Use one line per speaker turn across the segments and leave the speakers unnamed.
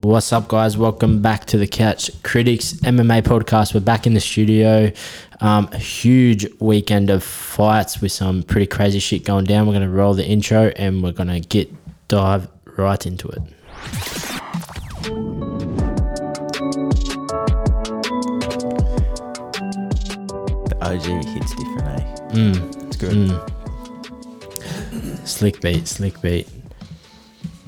What's up, guys? Welcome back to the Catch Critics MMA podcast. We're back in the studio. Um, a huge weekend of fights with some pretty crazy shit going down. We're going to roll the intro and we're going to get dive right into it.
The OG hits different, eh? It's good.
Slick beat, slick beat.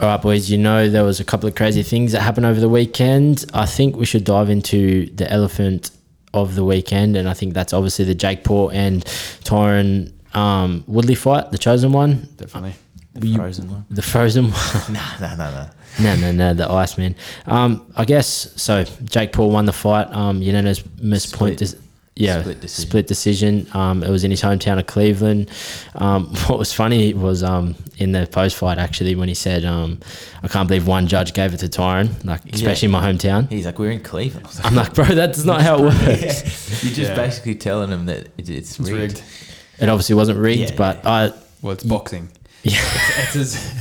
All right, boys, you know there was a couple of crazy things that happened over the weekend. I think we should dive into the elephant of the weekend, and I think that's obviously the Jake Paul and Tyron um, Woodley fight, the chosen one,
Definitely. The
you-
frozen one.
the frozen one.
no, no, no, no.
No, no, no, the Iceman. Um, I guess so. Jake Paul won the fight. Um, unanimous point. Dis- yeah,
Split decision.
split decision. Um, it was in his hometown of Cleveland. Um, what was funny was um in the post fight actually when he said um I can't believe one judge gave it to Tyron like especially in my hometown.
He's like, we're in Cleveland. I was like,
I'm like, bro, that's not how it works.
You're just basically telling him that it, it's,
It's
rigged.
rigged.
It obviously wasn't rigged,
Yeah.
but I
Well, it's boxing.
yeah.
It's, just,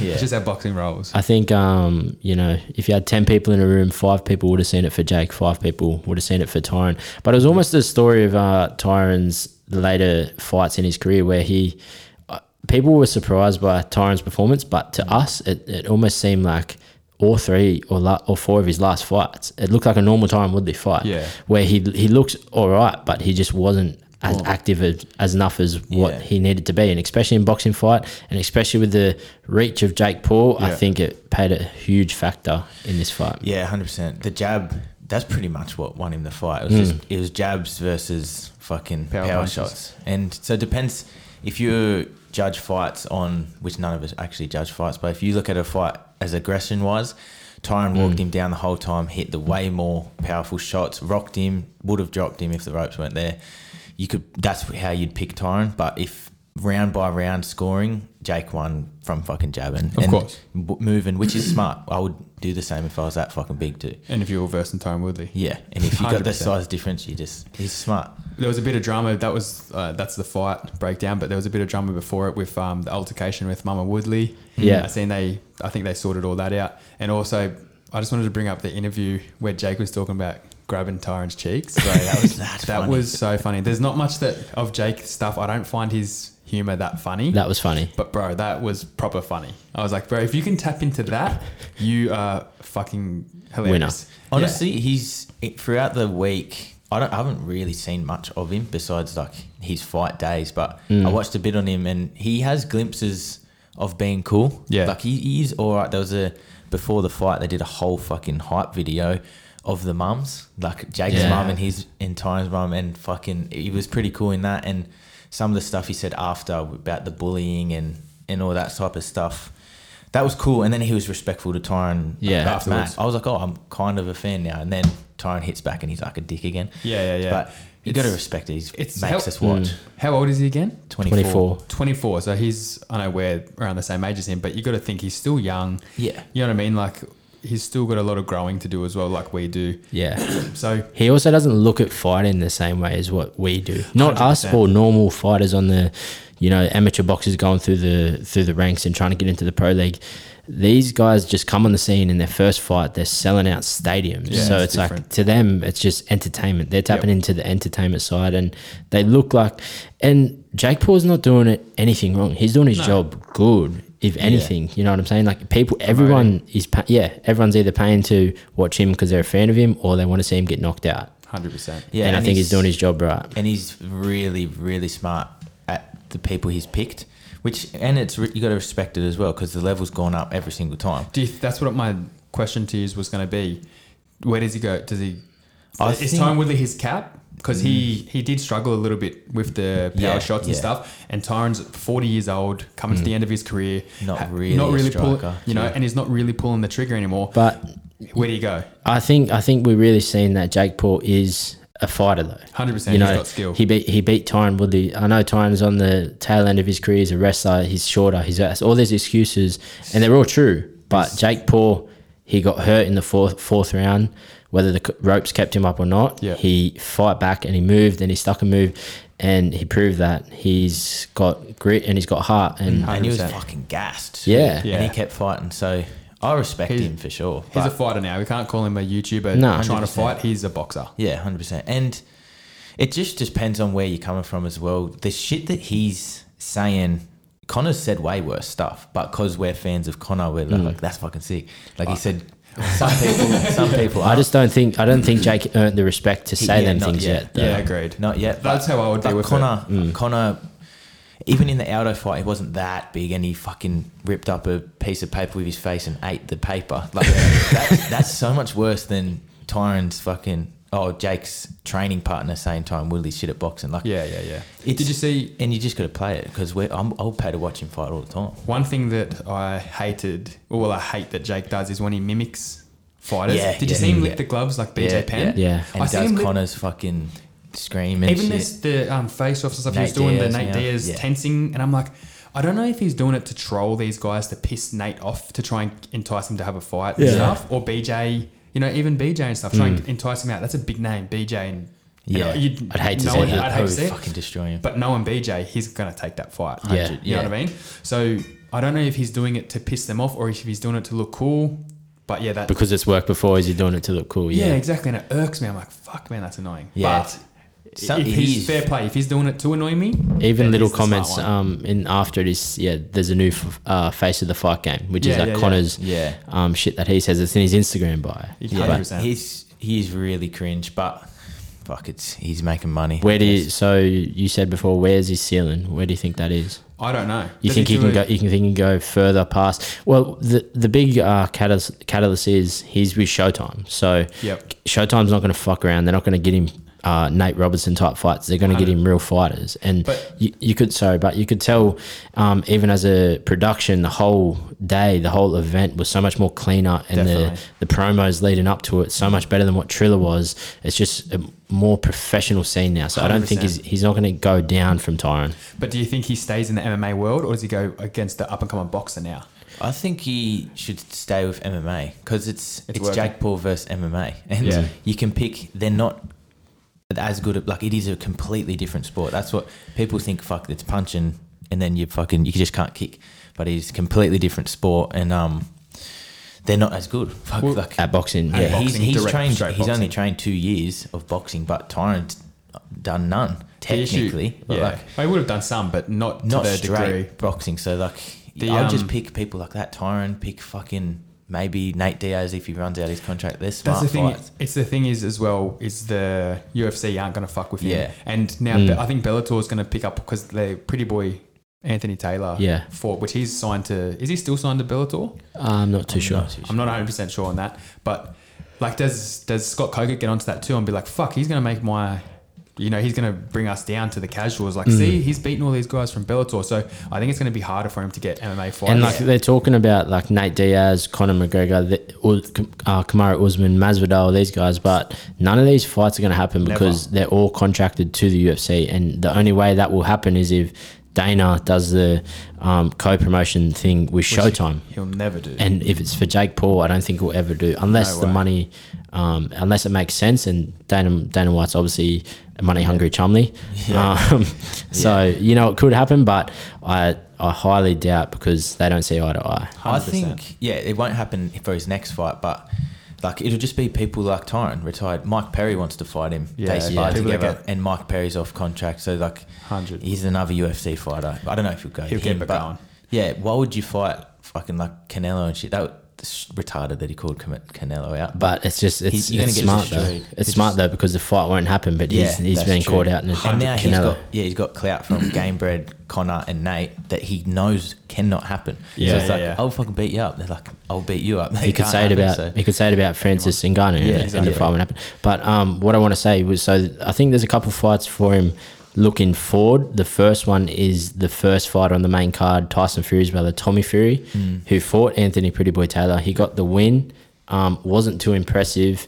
Yeah.
it's just how boxing rolls.
I think um, you know, if you had ten people in a room, five people would have seen it for Jake, five people would have seen it for Tyron. But it was almost the story of uh, Tyron's later fights in his career where he uh, people were surprised by Tyron's performance, but to us, it, it almost seemed like all three or la- or four of his last fights, it looked like a normal Tyron Woodley fight,
Yeah.
where he he looks all right, but he just wasn't as active as, as enough as what
Yeah.
he needed to be, and especially in boxing fight, and especially with the reach of Jake Paul, I
Yeah.
think it played a huge factor in this fight.
Yeah, hundred percent. The jab. That's pretty much what won him the fight. It was just it was jabs versus fucking
Power
power,
punches.
shots, and so it depends if you judge fights on which none of us actually judge fights, but if you look at a fight as aggression wise, Tyron
Mm.
walked him down the whole time, hit the way more powerful shots, rocked him, would have dropped him if the ropes weren't there. You could that's how you'd pick Tyron, but if round by round scoring, Jake won from fucking jabbing,
Of course.
w- moving, which is smart. I would do the same if I was that fucking big too.
And if you're all versed in Tyron Woodley.
Yeah, and if you got the
100%.
size difference, you just he's smart.
There was a bit of drama. That was uh, that's the fight breakdown. But there was a bit of drama before it with um, the altercation with Mama Woodley.
Yeah.
I seen they. I think they sorted all that out. And also, I just wanted to bring up the interview where Jake was talking about grabbing Tyron's cheeks.
Bro, that was that.
that was so funny. There's not much that of Jake's stuff. I don't find his humor that funny.
That was funny.
But bro, that was proper funny. I was like, bro, if you can tap into that, you are fucking hilarious. Yeah.
honestly he's it- throughout the week. I don't. I haven't really seen much of him besides like his fight days, but I watched a bit on him, and he has glimpses of being cool.
Yeah.
like he, he is all right. There was a before the fight, they did a whole fucking hype video of the mums, like Jake's
Yeah.
mum and his and Tyron's mum, and fucking he was pretty cool in that. And some of the stuff he said after about the bullying and and all that type of stuff. That was cool, and then he was respectful to Tyron.
Yeah.
about
Afterwards.
Matt. I was like, oh, I'm kind of a fan now. And then Tyrone hits back and he's like a dick again.
Yeah, yeah, yeah.
But you
It's-
got to respect it. He makes
it's help-
us watch.
Hmm.
How old is he again?
24.
24.
24. So he's, I know we're around the same age as him, but you got to think he's still young.
Yeah.
You know what I mean? Like, he's still got a lot of growing to do as well, like we do.
Yeah.
So,
He also doesn't look at fighting the same way as what we do. Not us
100%.
or normal fighters on the, you know, amateur boxers going through the through the ranks and trying to get into the pro league. These guys just come on the scene in their first fight. They're selling out stadiums,
Yeah,
so it's
it's
like
different.
to them, it's just entertainment. They're tapping into the entertainment side, and they look like. And Jake Paul's not doing it anything wrong. He's doing his job good, if anything. You know what I'm saying? Like people, everyone is pa- yeah, everyone's either paying to watch him because they're a fan of him, or they want to see him get knocked out
100%.
Yeah,
and, I think he's, doing his job right.
And he's really, really smart at the people he's picked, which, and it's, re- you got to respect it as well because the level's gone up every single time.
Do you, that's what my question to you was going to be. Where does he go? Does he.
I
is
think- Mm.
Tyron Woodley his cap? Because he, he did struggle a little bit with the power
Yeah,
shots and
yeah. Mm.
stuff. And Tyron's 40 years old, coming to the end of his career.
Not
ha-
really a
pull-
striker.
you know,
Yeah.
and he's not really pulling the trigger anymore.
But
Where do you go?
I think I think we're really seeing that Jake Paul is a fighter though.
100%,
You know,
he's got skill.
he beat he beat Tyron Woodley. I know Tyron's on the tail end of his career. He's a wrestler. He's shorter. He's that's all these excuses, and they're all true. But Jake Paul, he got hurt in the fourth fourth round. Whether the c- ropes kept him up or not,
Yeah.
he fought back and he moved and he stuck a move, and he proved that he's got grit and he's got heart. And
Mm.
And he was
100%.
fucking gassed.
Yeah.
And
Yeah.
he kept fighting. So I respect
He's-
him for sure.
He's a
but-
fighter now. We can't call him a YouTuber
No.
trying to
100%.
fight. He's a boxer.
Yeah, hundred percent. And it just depends on where you're coming from as well. The shit that he's saying, Connor's said way worse stuff, but because we're fans of Connor, we're
Mm.
like, that's fucking sick. Like
Ah,
he said, some people, some people,
I just don't think I don't think Jake earned the respect to say
yeah,
them
not
things
yet.
yet. though.
Yeah, agreed.
not yet.
That's how I would
but
deal with
Connor.
Mm.
Connor, even in the Aldo fight, he wasn't that big, and he fucking ripped up a piece of paper with his face and ate the paper. Like that, that's so much worse than Tyron's fucking. Oh, Jake's training partner saying Tyron Woodley shit at boxing. Like,
Yeah, yeah, yeah.
It's-
Did you see
and you just got to play it because we're I'm, I'll pay to watch him fight all the time.
one thing that I hated? Or well, I hate that Jake does is when he mimics fighters.
Yeah,
Did you
yeah,
see him
yeah.
lick the gloves like BJ Penn?
yeah.
And
I see
does
him lick-
Connor's fucking scream and
Even
shit.
this, the um, face offs and stuff he was
Nate
doing,
Diaz,
the Nate
yeah.
Diaz
Yeah.
tensing, and I'm like, I don't know if he's doing it to troll these guys to piss Nate off to try and entice him to have a fight and
Yeah.
stuff, or BJ, you know, even BJ and stuff, try and entice him out. That's a big name, BJ, and you
Hmm. Yeah.
know, you'd-
I'd hate to
no
see
one-
that.
I'd hate
Probably
to see it.
fucking destroy him.
But knowing BJ, he's going to take that fight.
Yeah.
100, You know what I mean? So I don't know if he's doing it to piss them off or if he's doing it to look cool. But yeah, that.
Because it's worked before, is he doing it to look cool?
yeah,
Yeah.
exactly. And it irks me. I'm like, fuck, man, that's annoying.
Yeah.
But
Some-
if
he
he's
is-
fair play, if he's doing it to annoy me,
Even
then
little
he's the smart
comments
one.
um, in after it is yeah. There's a new f- uh, face of the fight game, which is
Yeah,
like
yeah, yeah.
Connor's
Yeah.
um, shit that he says. It's in his Instagram bio.
Yeah.
But
100%.
He's he's really cringe, but fuck, it's he's making money.
where do you, so you said before? Where's his ceiling? Where do you think that is?
I don't know.
You
Does
think he
do
can
a-
go? You can think he can go further past? Well, the the big uh, catalyst, catalyst is he's with Showtime, so
Yep.
Showtime's not going to fuck around. They're not going to get him uh, Nate Robertson type fights. They're going to get him real fighters. And
But-
you, you could sorry, but you could tell um, even as a production, the whole day, the whole event was so much more cleaner, and
Definitely.
the the promos leading up to it so much better than what Triller was. It's just a more professional scene now. So I don't think he's
100%.
he's not going to go down from Tyron.
But do you think he stays in the MMA world or does he go against the up and coming boxer now?
I think he should stay with MMA because it's
It's
it's,
working.
Jake Paul versus MMA, and
Yeah.
you can pick. They're not as good at like it is a completely different sport. That's what people think. Fuck, it's punching, and then you fucking you just can't kick. But it's a completely different sport, and um, they're not as good. Fuck,
Well,
like,
At boxing,
yeah,
yeah.
he's,
boxing,
he's
direct
trained. He's
straight
only
boxing.
trained two years of boxing, but Tyron's done none
The issue-
technically. but,
yeah.
like,
I would have done some, but not to
not
their
straight
degree.
boxing. So like,
The,
I'll
um,
just pick people like that. Tyron pick fucking maybe Nate Diaz if he runs out his contract. They're
That's
smart
the thing.
fights.
It's the thing is as well is the UFC aren't going to fuck with him.
Yeah.
And now
Hmm.
I think Bellator's going to pick up because the pretty boy Anthony Taylor
Yeah.
fought, which he's signed to. Is he still signed to Bellator?
Uh, I'm not too sure.
Not too
I'm not 100 percent sure on that, but like, does does Scott Coker get onto that too and be like, fuck, he's going to make my. You know, he's going to bring us down to the casuals.
Hmm.
Like, see, he's beaten all these guys from Bellator. So I think it's going to be harder for him to get MMA fights.
And like they're talking about like Nate Diaz, Conor McGregor, the, Uz- uh, Kamara Usman, Masvidal, these guys, but none of these fights are going to happen because they're all contracted to the UFC, and the only way that will happen is if Dana does the um, co-promotion thing with Showtime.
He'll never do.
And if it's for Jake Paul, I don't think we'll ever do unless
No
the
way.
money, um, unless it makes sense. And Dana Dana White's obviously a money hungry chumley, um, so you know it could happen, but I I highly doubt because they don't see eye to eye.
I think yeah, it won't happen for his next fight, but. Like it'll just be people like Tyron retired. Mike Perry wants to fight him.
Yeah,
they sparred
people that
together,
get-
and Mike Perry's off contract, so like,
100.
he's another UFC fighter. I don't know if he'll go.
He'll
him, but
get going.
yeah, why would you fight fucking like Canelo and shit? That was it's retarded that he called Canelo out.
But it's just it's,
you're gonna
it's
get
smart though.
destroyed.
It's
It's
smart
just-
though because the fight won't happen. But he's he's
that's
being
true.
caught out in a
and now he's
Canelo.
got yeah he's got clout from Gamebred, Connor, and Nate that he knows cannot happen.
Yeah,
so it's
yeah,
like
yeah.
I'll fucking beat you up. They're like I'll beat you up.
he could say it about he could say it about Francis Ngannou and, and
exactly.
the fight would happen. But um, what I want to say was so I think there's a couple fights for him looking forward. The first one is the first fight on the main card, Tyson Fury's brother Tommy Fury, who fought Anthony Prettyboy Taylor. He got the win. Um, wasn't too impressive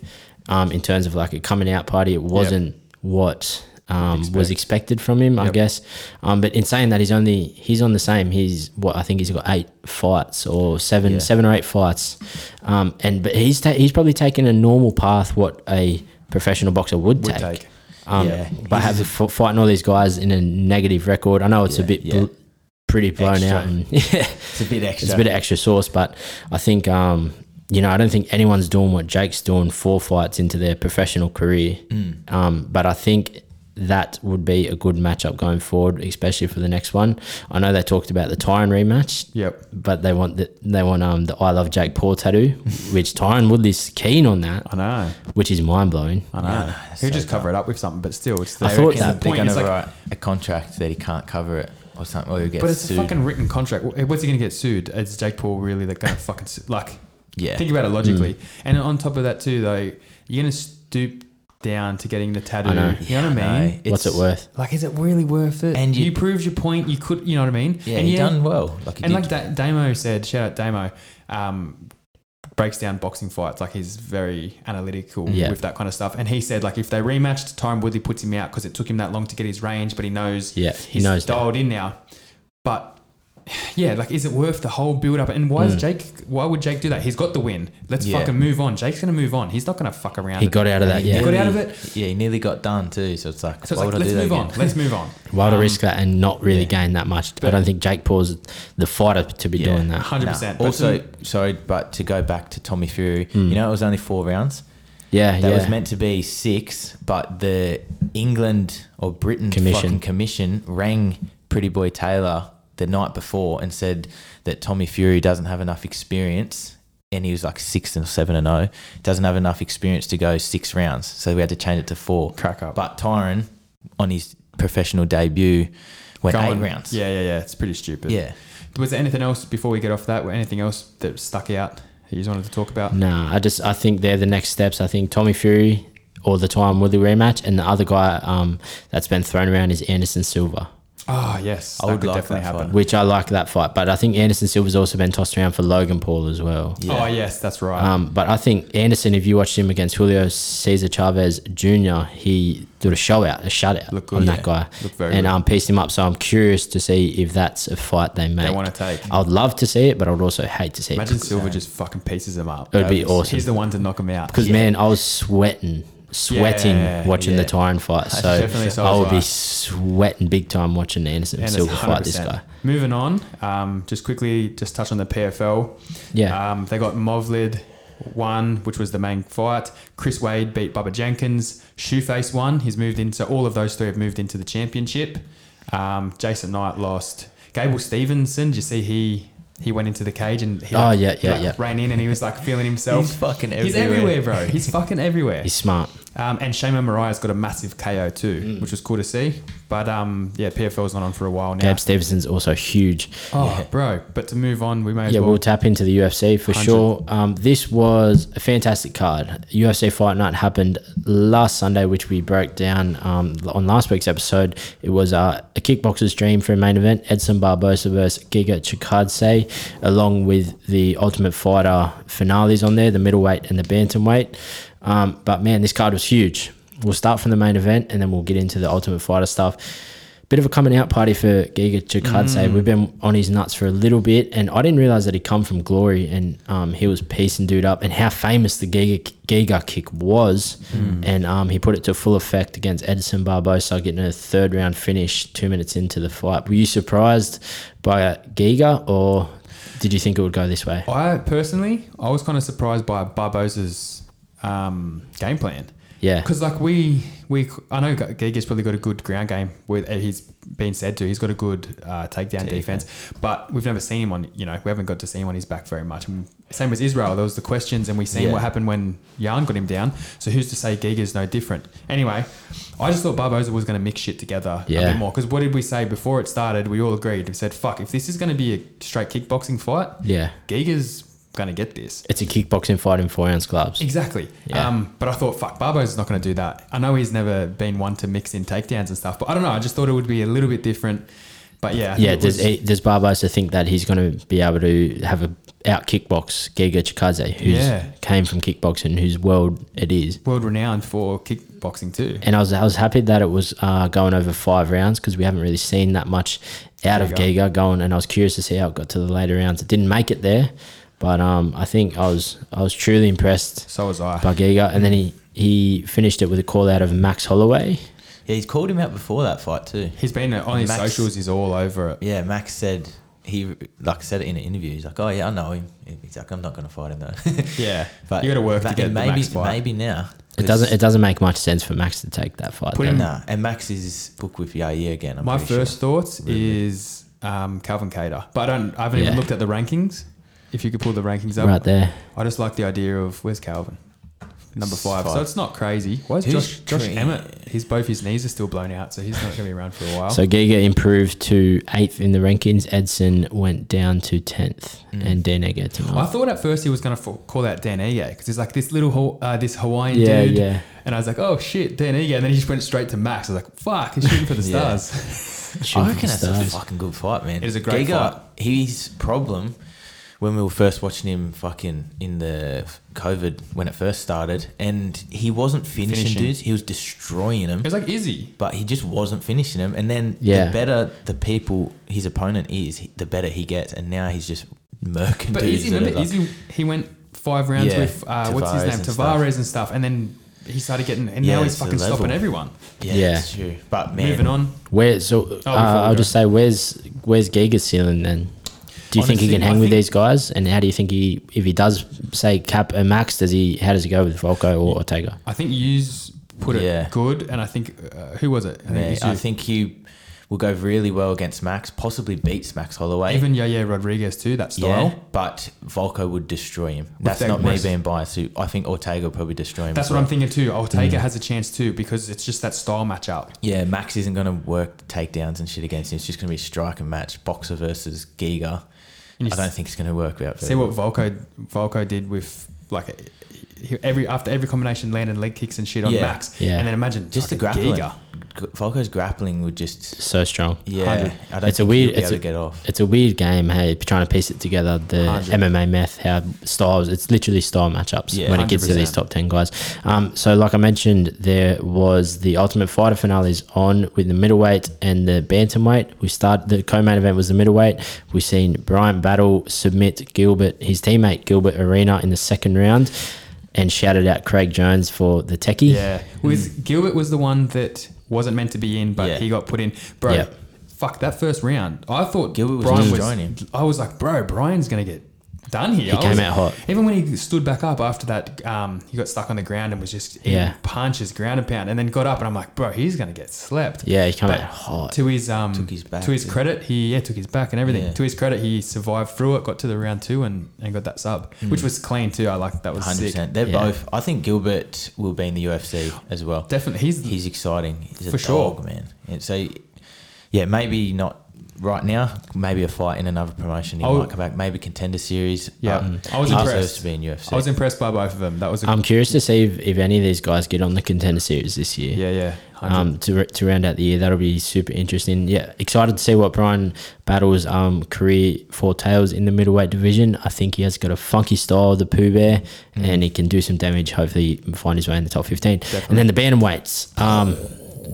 um, in terms of like a coming out party. It wasn't what um, was expected from him, I guess. Um, but in saying that, he's only he's on the same. He's what I think he's got eight fights or seven,
Yeah.
seven or eight fights, um, and but he's ta- he's probably taken a normal path what a professional boxer would,
Would
take.
take.
Um,
Yeah.
but have f- fighting all these guys in a negative record. I know it's a
Yeah,
bit
yeah.
bl- pretty blown
Extra.
out. And, yeah,
It's a bit extra.
it's a bit of extra sauce, but I think um, you know I don't think anyone's doing what Jake's doing four fights into their professional career.
Mm.
Um, but I think that would be a good matchup going forward, especially for the next one. I know they talked about the Tyron rematch.
Yep.
But they want the, they want um the I love Jake Paul tattoo, which Tyron Woodley's keen on that,
I know.
which is mind blowing.
I know.
it's
He'll
so
just cover it up with something, but still, it's the
I thought
Reckon
that
they're
point
gonna
is like-
write a contract that he can't cover it or something, or he gets
But it's
sued.
a fucking written contract. Wh- What's he going to get sued? Is Jake Paul really that going to fucking sue? like?
Yeah.
Think about it logically. And on top of that too, though, you're going to stoop down to getting the tattoo.
I know.
You know what I mean?
No,
What's it
it's-
worth?
Like, is it really worth it?
And
you,
you-
proved your point. You could, you know what I mean?
Yeah,
and
he done well. Like he
And
did.
like that, Damo said. Shout out Damo. Um, breaks down boxing fights. Like he's very analytical
Yeah.
with that kind of stuff. And he said like if they rematched, Tyron Woodley puts him out because it took him that long to get his range, but he knows
Yeah, he
he's
knows. That.
dialed in now. But yeah, like is it worth the whole build up? And why is Jake? Why would Jake do that? He's got the win. Let's
Yeah.
fucking move on. Jake's gonna move on. He's not gonna fuck around.
He got out of that.
He
Yeah,
got out of
He-
it.
Yeah, he nearly got done too. So it's like,
So it's
why
like
would I
let's
do that
move on.
again?
Let's move on.
Why to risk that and not really gain that much? I
um, but-
don't think Jake Paul's the fighter to be
Yeah.
doing that.
Hundred
Nah.
percent.
Also, sorry, but to go back to Tommy Fury,
Hmm.
you know it was only four rounds.
Yeah,
That
yeah.
was meant to be six, but the England or Britain
Commission.
fucking commission rang Pretty Boy Taylor the night before and said that Tommy Fury doesn't have enough experience. And he was like six and seven and oh, doesn't have enough experience to go six rounds. So we had to change it to four.
Crack up.
But Tyron, on his professional debut, went
Going-
eight rounds.
Yeah, yeah, yeah. It's pretty stupid.
Yeah.
Was there anything else before we get off that? Anything else that stuck out that you just wanted to talk about?
Nah, I just I think they're the next steps. I think Tommy Fury or the time Woodley rematch, and the other guy um, that's been thrown around is Anderson Silva,
Oh yes,
I would like that fight.
which I like that fight. But I think Anderson Silva's also been tossed around for Logan Paul as well.
Oh yes, that's right.
Um, but I think Anderson, if you watched him against Julio Cesar Chavez Jr., he did a show out, a shutout
Looked good,
on
yeah.
that guy,
Looked very
and
good.
um, pieced him up. So I'm curious to see if that's a fight they make.
wanna take.
I would love to see it, but I would also hate to see
Imagine
it.
Silver just fucking pieces him up.
It'd be
He's-
awesome.
He's the one to knock him out.
Because man, I was sweating, sweating
Yeah,
watching
yeah.
the Tyron fight. So
definitely so
I would be
was
sweating big time watching Anderson
And it's
Silva fight this
100%.
guy.
Moving on, um, just quickly, just touch on the PFL.
Yeah.
Um, they got Movlid one, which was the main fight. Chris Wade beat Bubba Jenkins. Shoeface won. He's moved in. So all of those three have moved into the championship. Um, Jason Knight lost. Gable Stevenson, did you see he he went into the cage and he
Oh, yeah, yeah,
like,
yeah.
ran in and he was like feeling himself.
He's fucking
He's
everywhere.
everywhere, bro. He's fucking everywhere.
He's smart.
Um, and Shaman Mariah's got a massive KO too,
Mm.
which was cool to see. But um, yeah, PFL's gone on for a while now.
Gabe Stevenson's also huge.
Oh, bro. But to move on, we may as
Yeah,
well.
we'll tap into the UFC for
100.
sure. Um, this was a fantastic card. UFC Fight Night happened last Sunday, which we broke down um, on last week's episode. It was uh, a kickboxer's dream for a main event Edson Barbosa versus Giga Chikadze, along with the Ultimate Fighter finales on there, the middleweight and the bantamweight. Um, but man, this card was huge. We'll start from the main event and then we'll get into the Ultimate Fighter stuff bit of a coming out party for Giga Chikadze. We've been on his nuts for a little bit, and I didn't realize that he come from Glory, and um, he was piecing dude up, and how famous the Giga Giga kick was, and um, he put it to full effect against Edison Barbosa, getting a third round finish two minutes into the fight. Were you surprised by Giga, or did you think it would go this way?
I personally, I was kind of surprised by Barbosa's um, game plan.
Yeah,
Because like we, we, I know Giga's probably got a good ground game. With uh, he's been said to, he's got a good uh, takedown defense. But we've never seen him on. You know, we haven't got to see him on his back very much. And same as Israel, there was the questions, and we seen
Yeah.
what happened when Yarn got him down. So who's to say Giga's no different? Anyway, I just thought Barbosa was going to mix shit together a
Yeah.
bit more. Because what did we say before it started? We all agreed. We said, "Fuck, if this is going to be a straight kickboxing fight,
yeah.
Giga's gonna get this.
It's a kickboxing fight in four ounce gloves.
Exactly.
Yeah.
Um, but I thought, fuck, Barbo's not going to do that. I know he's never been one to mix in takedowns and stuff, but I don't know. I just thought it would be a little bit different. But yeah, I think
Yeah,
it
does
was-
he, does Barbosa think that he's going to be able to have a out kickbox Giga Chikaze, who's
Yeah.
came from kickboxing, whose world it is?
world renowned for kickboxing too.
And I was I was happy that it was uh, going over five rounds because we haven't really seen that much out of
Giga.
Giga going, and I was curious to see how it got to the later rounds. It didn't make it there, but um, I think I was I was truly impressed
So was I.
by Giga, and then he he finished it with a call out of Max Holloway.
Yeah, he's called him out before that fight too.
He's been on his
Max-
socials. He's all over it.
Yeah, Max said he like said it in an interview. He's like, "Oh yeah, I know him." He's like, "I'm not going to fight him though."
Yeah,
but
you got to work
but
to get the
maybe
max fight.
maybe now
It doesn't. It doesn't make much sense for Max to take that fight.
Put
though.
him-
Nah, and Max is booked with Yair again. I'm
My
pretty sure.
first thoughts is um, Calvin Cater, but I don't. I haven't even
Yeah.
looked at the rankings. If you could pull the rankings up,
right there.
I just like the idea of where's Calvin, number five. So
Five.
it's not crazy. Why is
Who's
Josh, Josh
training?
Emmett? He's both his knees are still blown out, so he's not going to be around for a
Oh.
while.
So Giga improved to eighth in the rankings. Edson went down to tenth,
Mm.
and Dan Egger to
I
ninth.
thought at first he was going to call out Dan Ige because he's like this little Haw- uh, this Hawaiian
Yeah,
dude,
yeah.
and I was like, oh shit, Dan Ige, and then he just went straight to Max. I was like, fuck, he's shooting for the
Yeah.
stars.
Shooting
I
for
reckon
the
that's a
stars.
fucking good fight, man.
It is a great fight.
His problem when we were first watching him fucking in the COVID when it first started, and he wasn't finishing,
Finishing.
dudes. He was destroying them,
It was like Izzy.
but he just wasn't finishing them. And then
Yeah.
the better the people his opponent is, the better he gets. And now he's just murking
But
dudes.
Izzy,
that are
remember,
like-
Izzy, he went five rounds
Yeah,
with, uh, what's his
Tavares
name,
and
Tavares and stuff, and then he started getting, and
Yeah,
now he's
it's the
fucking stopping
level.
everyone.
yeah,
Yeah.
that's true. But man,
Moving on.
Where?
Oh,
So uh,
before we
I'll
go.
just say, where's where's Giga's ceiling then? Do you think he
Honestly,
can
I
hang with
think-
these guys? And how do you think he, if he does say Cap and Max, does he? How does he go with Volko or Ortega?
I think Hughes put it
Yeah.
good, and I think, uh, who was it? I think, it
man,
was
I
you.
think he will go really well against Max. Possibly beats Max Holloway.
even Yaya Rodriguez too, that style.
Yeah, but Volko would destroy him. That's
that
not me
risk.
being biased. who- I think Ortega would probably destroy him.
That's
as
what
well.
I'm thinking too. Ortega
Mm.
has a chance too because it's just that style matchup.
Yeah, Max isn't going to work the takedowns and shit against him. It's just going to be a strike and match, boxer versus Giga.
And you
I don't think it's going to work out. very
See
well.
what Volko Volko did with like he- every after every combination landed leg kicks and shit on
Yeah.
Max.
Yeah.
And then imagine
Just the
fucking
grappling.
Giga.
G- Volko's grappling would just
So strong.
yeah.
100.
I don't
It's a
think
weird-
he'll be
it's
able
a-
to get off.
It's a weird game. Hey, trying to piece it together. The
100.
MMA math, how styles. It's literally style matchups
Yeah,
when it gets to these
100%.
top ten guys. Um, so like I mentioned, there was the Ultimate Fighter finales on with the middleweight and the bantamweight. We start the co-main event was the middleweight. We've seen Brian Battle submit Gilbert, his teammate Gilbert Arena, in the second round, and shouted out Craig Jones for the techie.
Yeah. Was Gilbert was the one that wasn't meant to be in, but
Mm. Yeah.
he got put in. Bro,
Yeah.
fuck that first round. I thought
Gilbert was
Brian
destroying him.
was. I was like, bro, Brian's gonna get done here.
He
I
came
was-
out hot.
Even when he stood back up after that, um, he got stuck on the ground and was just eating
Yeah.
punches, ground and pound, and then got up and I'm like, bro, he's gonna get slept.
Yeah, he came
But
out hot.
To his um,
Took his back,
to his
didn't he?
credit, he yeah took his back and everything.
Yeah.
To his credit, he survived through it, got to the round two, and, and got that sub, which was clean too. I like that was
Mm. Hundred
sick.
percent. They're
Yeah.
both. I think Gilbert will be in the UFC as well.
Definitely, he's
He's exciting. He's a
For sure.
dog, man. And so, yeah, maybe not right now. Maybe a fight in another promotion. He
I would-
might come back. Maybe contender series.
Yeah.
but
Mm. I was
he
impressed.
deserves to be in UFC.
I was impressed by both of them. That
Um,
was a
I'm curious to see if, if any of these guys get on the contender series this year.
yeah, yeah. 100.
um, to, to round out the year. That'll be super interesting. Yeah, excited to see what Brian Battle's um, career foretails in the middleweight division. I think he has got a funky style, the Pooh Bear,
Mm.
and he can do some damage. Hopefully, find his way in the top 15. And then the bantamweights. Um,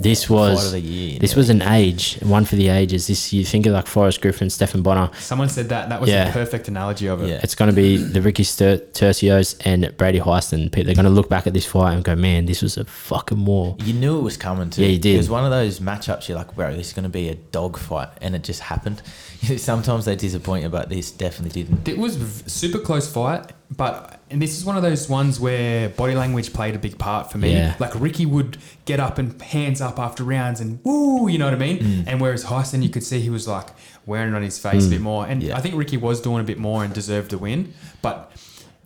this
Fight of
was
the year,
this
yeah.
was an age one for the ages. This you think of like Forrest Griffin, Stephen Bonner.
Someone said that. That was
Yeah.
the perfect analogy of it.
Yeah.
It's going to be the Ricky Stur- Tercios and Brady Heiston. They're going to look back at this fight and go, "Man, this was a fucking war."
You knew it was coming too.
Yeah, you did.
It was one of those matchups you're like, bro, this is going to be a dog fight. And it just happened. Sometimes they disappoint you, but this definitely didn't.
It was v- super close fight, but and this is one of those ones where body language played a big part for me.
Yeah.
Like Ricky would get up and hands up after rounds and woo, you know what I mean.
Mm.
And whereas Heisen, you could see he was like wearing it on his face a bit more. And
Yeah.
I think Ricky was doing a bit more and deserved a win, but.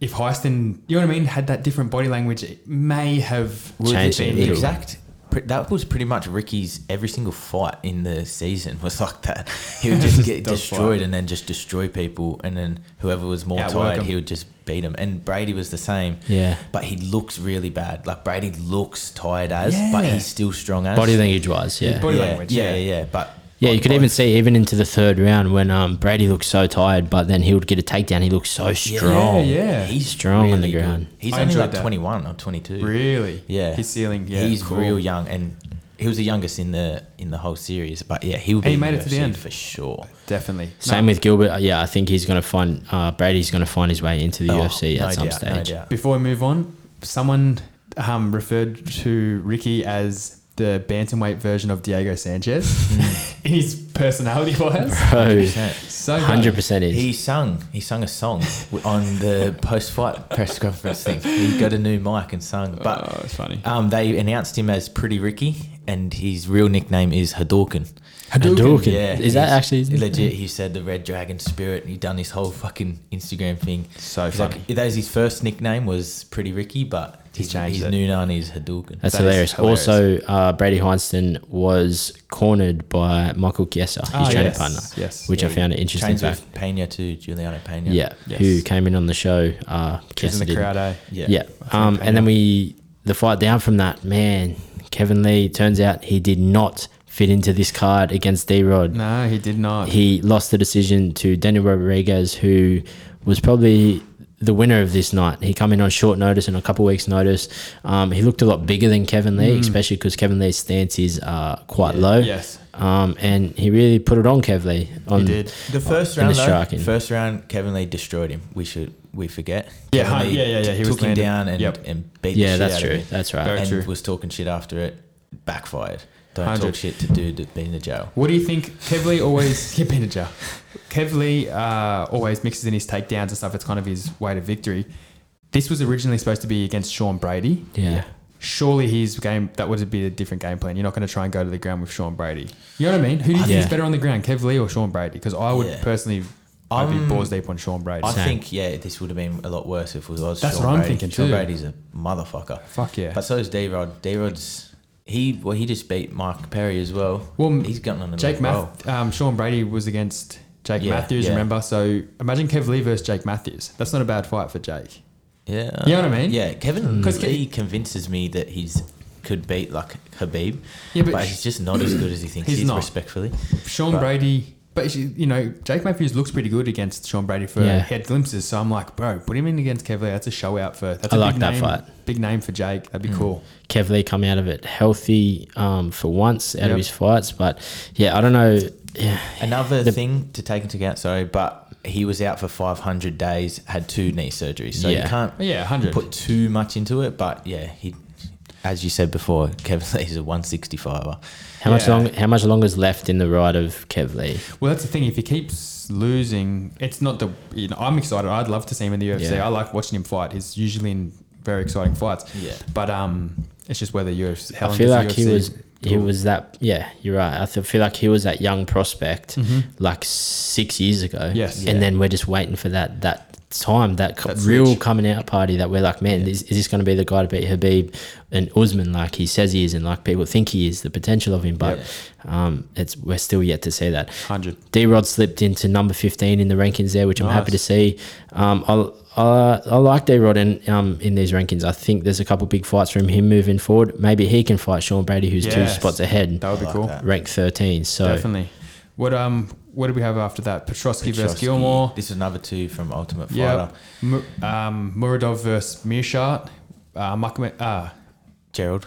If Heiston, you know what I mean, had that different body language, it may have would
Changed it a
been
little.
Exact. pre- That was pretty much Ricky's every single fight in the season was like that. He would just get
Dog
destroyed
fight.
and then just destroy people, and then whoever was more
Outwork
tired,
'em.
he would just beat him. And Brady was the same.
Yeah.
but he looks really bad. Like Brady looks tired as, but
Yeah.
he's still strong as.
Body language wise, yeah.
body
yeah,
language,
yeah,
yeah.
yeah, yeah. But
Yeah, you could even see even into the third round when um, Brady looked so tired, but then he would get a takedown. He looked so strong.
Yeah, yeah.
He's strong on the
good.
ground.
He's
I
only
enjoyed
like
that.
21 or 22.
Really?
Yeah.
His ceiling, yeah.
He's
cool.
real young and he was the youngest in the in the whole series, but yeah, he'll be
he
in
made it to the
UFC
end.
for sure.
Definitely.
Same with Gilbert. Uh, Yeah, I think he's going to find uh, Brady's going to find his way into the
Oh,
UFC at
no
some
doubt, no
stage.
doubt.
Before we move on, someone um, referred to Ricky as the bantamweight version of Diego Sanchez. His personality wise,
Bro,
so good.
hundred percent is.
He sung. He sung a song w- on the post-fight press conference thing. He got a new mic and sung. But
oh, it's funny.
um, they announced him as Pretty Ricky, and his real nickname is Hadouken.
Hadouken. Hadouken.
Yeah,
Is that
he's-
actually his nickname?
legit? He said the Red Dragon Spirit, and he done his whole fucking Instagram thing.
So
He's like, that was his first nickname was Pretty Ricky, but
He's
his,
changed
his
it.
new name is Hadouken.
That's
That
hilarious.
is hilarious.
Also, uh, Brady Heinston was cornered by Michael Chiesa, his
Ah,
training
yes,
partner,
yes.
which I
Yeah,
found an
he
interesting
Changed
fact.
with Pena to Giuliano Pena.
yeah,
Yes.
who came in on the show. Uh,
He's
Chiesa
in the
did.
crowd, eh?
Yeah.
Yeah. Um, and then we, the fight down from that, man, Kevin Lee, turns out he did not fit into this card against D-Rod.
No, he did not.
He lost the decision to Daniel Rodriguez, who was probably the winner of this night. He come in on short notice and a couple weeks' notice. Um, he looked a lot bigger than Kevin
Mm.
Lee, especially because Kevin Lee's stance is uh, quite low.
yes.
Um, and he really put it on Kev Lee. On,
he did.
The first
in
round,
the
though,
striking.
first round, Kevin Lee destroyed him. We should we forget.
Yeah,
Kevin
huh,
Lee
yeah, yeah, yeah, he was
took him
landing.
down and,
Yep.
and beat.
Yeah,
the shit
that's
out
true.
Of him
That's right.
Very
and
true.
was talking shit after it. Backfired. Don't talk
Hundred.
shit to dude that been in the jail.
What do you think? Kev Lee always yeah, Benninger. Kev Lee uh, always mixes in his takedowns and stuff. It's kind of his way to victory. This was originally supposed to be against Sean Brady.
Yeah.
Surely his game that would be a different game plan. You're not going to try and go to the ground with Sean Brady. You know what I mean? Who do you think
Yeah.
is better on the ground, Kev Lee or Sean Brady? Because I would
Yeah.
personally, I'd
Um,
be balls deep on Sean Brady.
I
Same.
think yeah, this would have been a lot worse if it was
That's
Sean
what I'm
Brady.
thinking
Sean
too.
Brady's a motherfucker.
Fuck yeah.
But so is D Rod. D Rod's he well he just beat Mark Perry as well.
Well,
he's gotten on the
Jake
roll.
Math- um, Sean Brady was against Jake
Yeah,
Matthews.
yeah.
Remember? So imagine Kev Lee versus Jake Matthews. That's not a bad fight for Jake.
Yeah.
You know what I mean?
Yeah, Kevin
'Cause
Lee
Ke-
convinces me that he's could beat like Habib.
Yeah,
but,
but
he's just not as good as he thinks
He's
he is,
not.
respectfully.
Sean
But-
Brady, but you you know, Jake Matthews looks pretty good against Sean Brady for
Yeah.
head glimpses. So I'm like, bro, put him in against Kev Lee. That's a show out for. That's
I
a
like
big
that
name,
fight. Mm.
Big name for Jake. That'd be cool.
Kev Lee come out of it healthy um, for once out of
Yep.
his fights. But yeah, I don't know. Yeah,
Another thing to take into account, sorry, but he was out for 500 days, had two knee surgeries. So
Yeah.
you can't
But yeah, hundred.
put too much into it, but yeah, he as you said before, Kevin Lee's a 165er.
how much
Yeah.
long? How much longer is left in the ride of Kev Lee?
Well, that's the thing. If he keeps losing, it's not the. You know, I'm excited. I'd love to see him in the UFC.
Yeah.
I like watching him fight. He's usually in very exciting fights.
Yeah.
But um, it's just whether you're. How
I
long
feel
does the
like he
UFC
was he
go?
was that yeah you're right I th- feel like he was that young prospect like six years ago
Mm-hmm. Yes.
and
Yeah.
then we're just waiting for that that time that co-
That
real
switch.
coming out party that we're like man is, is this going to be the guy to beat Habib and Usman like he says he is and like people think he is the potential of him but um, it's we're still yet to see that
100.
D Rod slipped into number 15 in the rankings there, which I'm happy to
Nice.
see. Um, I, I, I like D Rod in, um, in these rankings. I think there's a couple big fights from him moving forward. Maybe he can fight Sean Brady, who's two
Yes.
spots ahead,
That would be
like
cool.
that.
ranked 13. So,
Definitely. What um? What do we have after that? Petrosky, versus
Petrosky.
Gilmore.
This is another two from Ultimate
Yeah.
Fighter.
Mu- um, Muradov versus Mearshot. Uh, Makame- uh,
Gerald.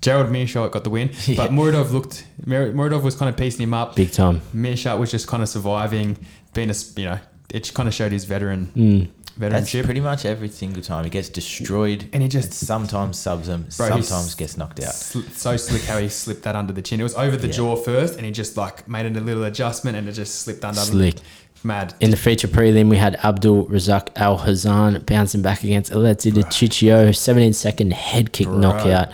Gerald Mearshot got the win, but Muradov looked. Mur- Muradov was kind of piecing him up.
big time.
Mearshot was just kind of surviving, being a s- you know, it kind of showed his veteran
Mm,
Hmm.
That's
veteranship.
pretty much every single time. He gets destroyed.
And he just-
sometimes subs him,
Bro, he's-
sometimes gets knocked out.
Sl- so slick how he slipped that under the chin. It was over the
Yeah.
jaw first, and he just like made a little adjustment, and it just slipped under.
Slick.
Mad.
In the feature prelim, we had Abdul Razak Al Hazan bouncing back against Aleti De Chichio, 17 second head kick knockout.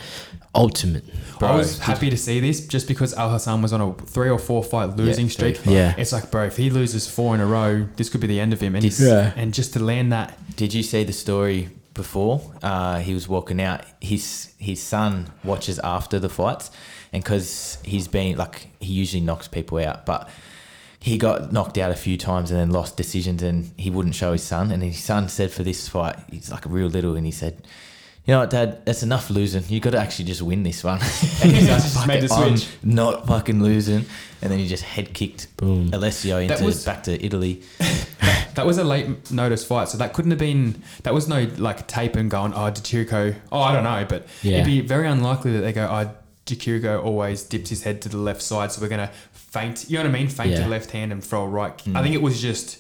Ultimate.
I was happy to see this just because Al Hassan was on a three or four fight losing
Yeah,
streak.
three, five. Yeah.
It's like, bro, if he loses four in a row, this could be the end of him. And, he's,
Yeah.
and just to land that,
Did you see the story before? Uh, he was walking out. His his son watches after the fights, and because he's been like he usually knocks people out, but he got knocked out a few times and then lost decisions, and he wouldn't show his son. And his son said for this fight, he's like real little, and he said. You know what, Dad? That's enough losing. You got to actually just win this one. and he's like,
Just
"Fuck
made
it,
the
I'm
switch.
not fucking losing. And then he just head kicked
Boom.
Alessio
That
into
was-
back to Italy.
that was a late notice fight. So that couldn't have been, that was no like tape and going, oh, Dachirico, oh, I don't know. But
Yeah.
it'd be very unlikely that they go, oh, Dachirico always dips his head to the left side. So we're going to feint, you know what I mean? Feint
Yeah.
to the left hand and throw a right. I think it was just.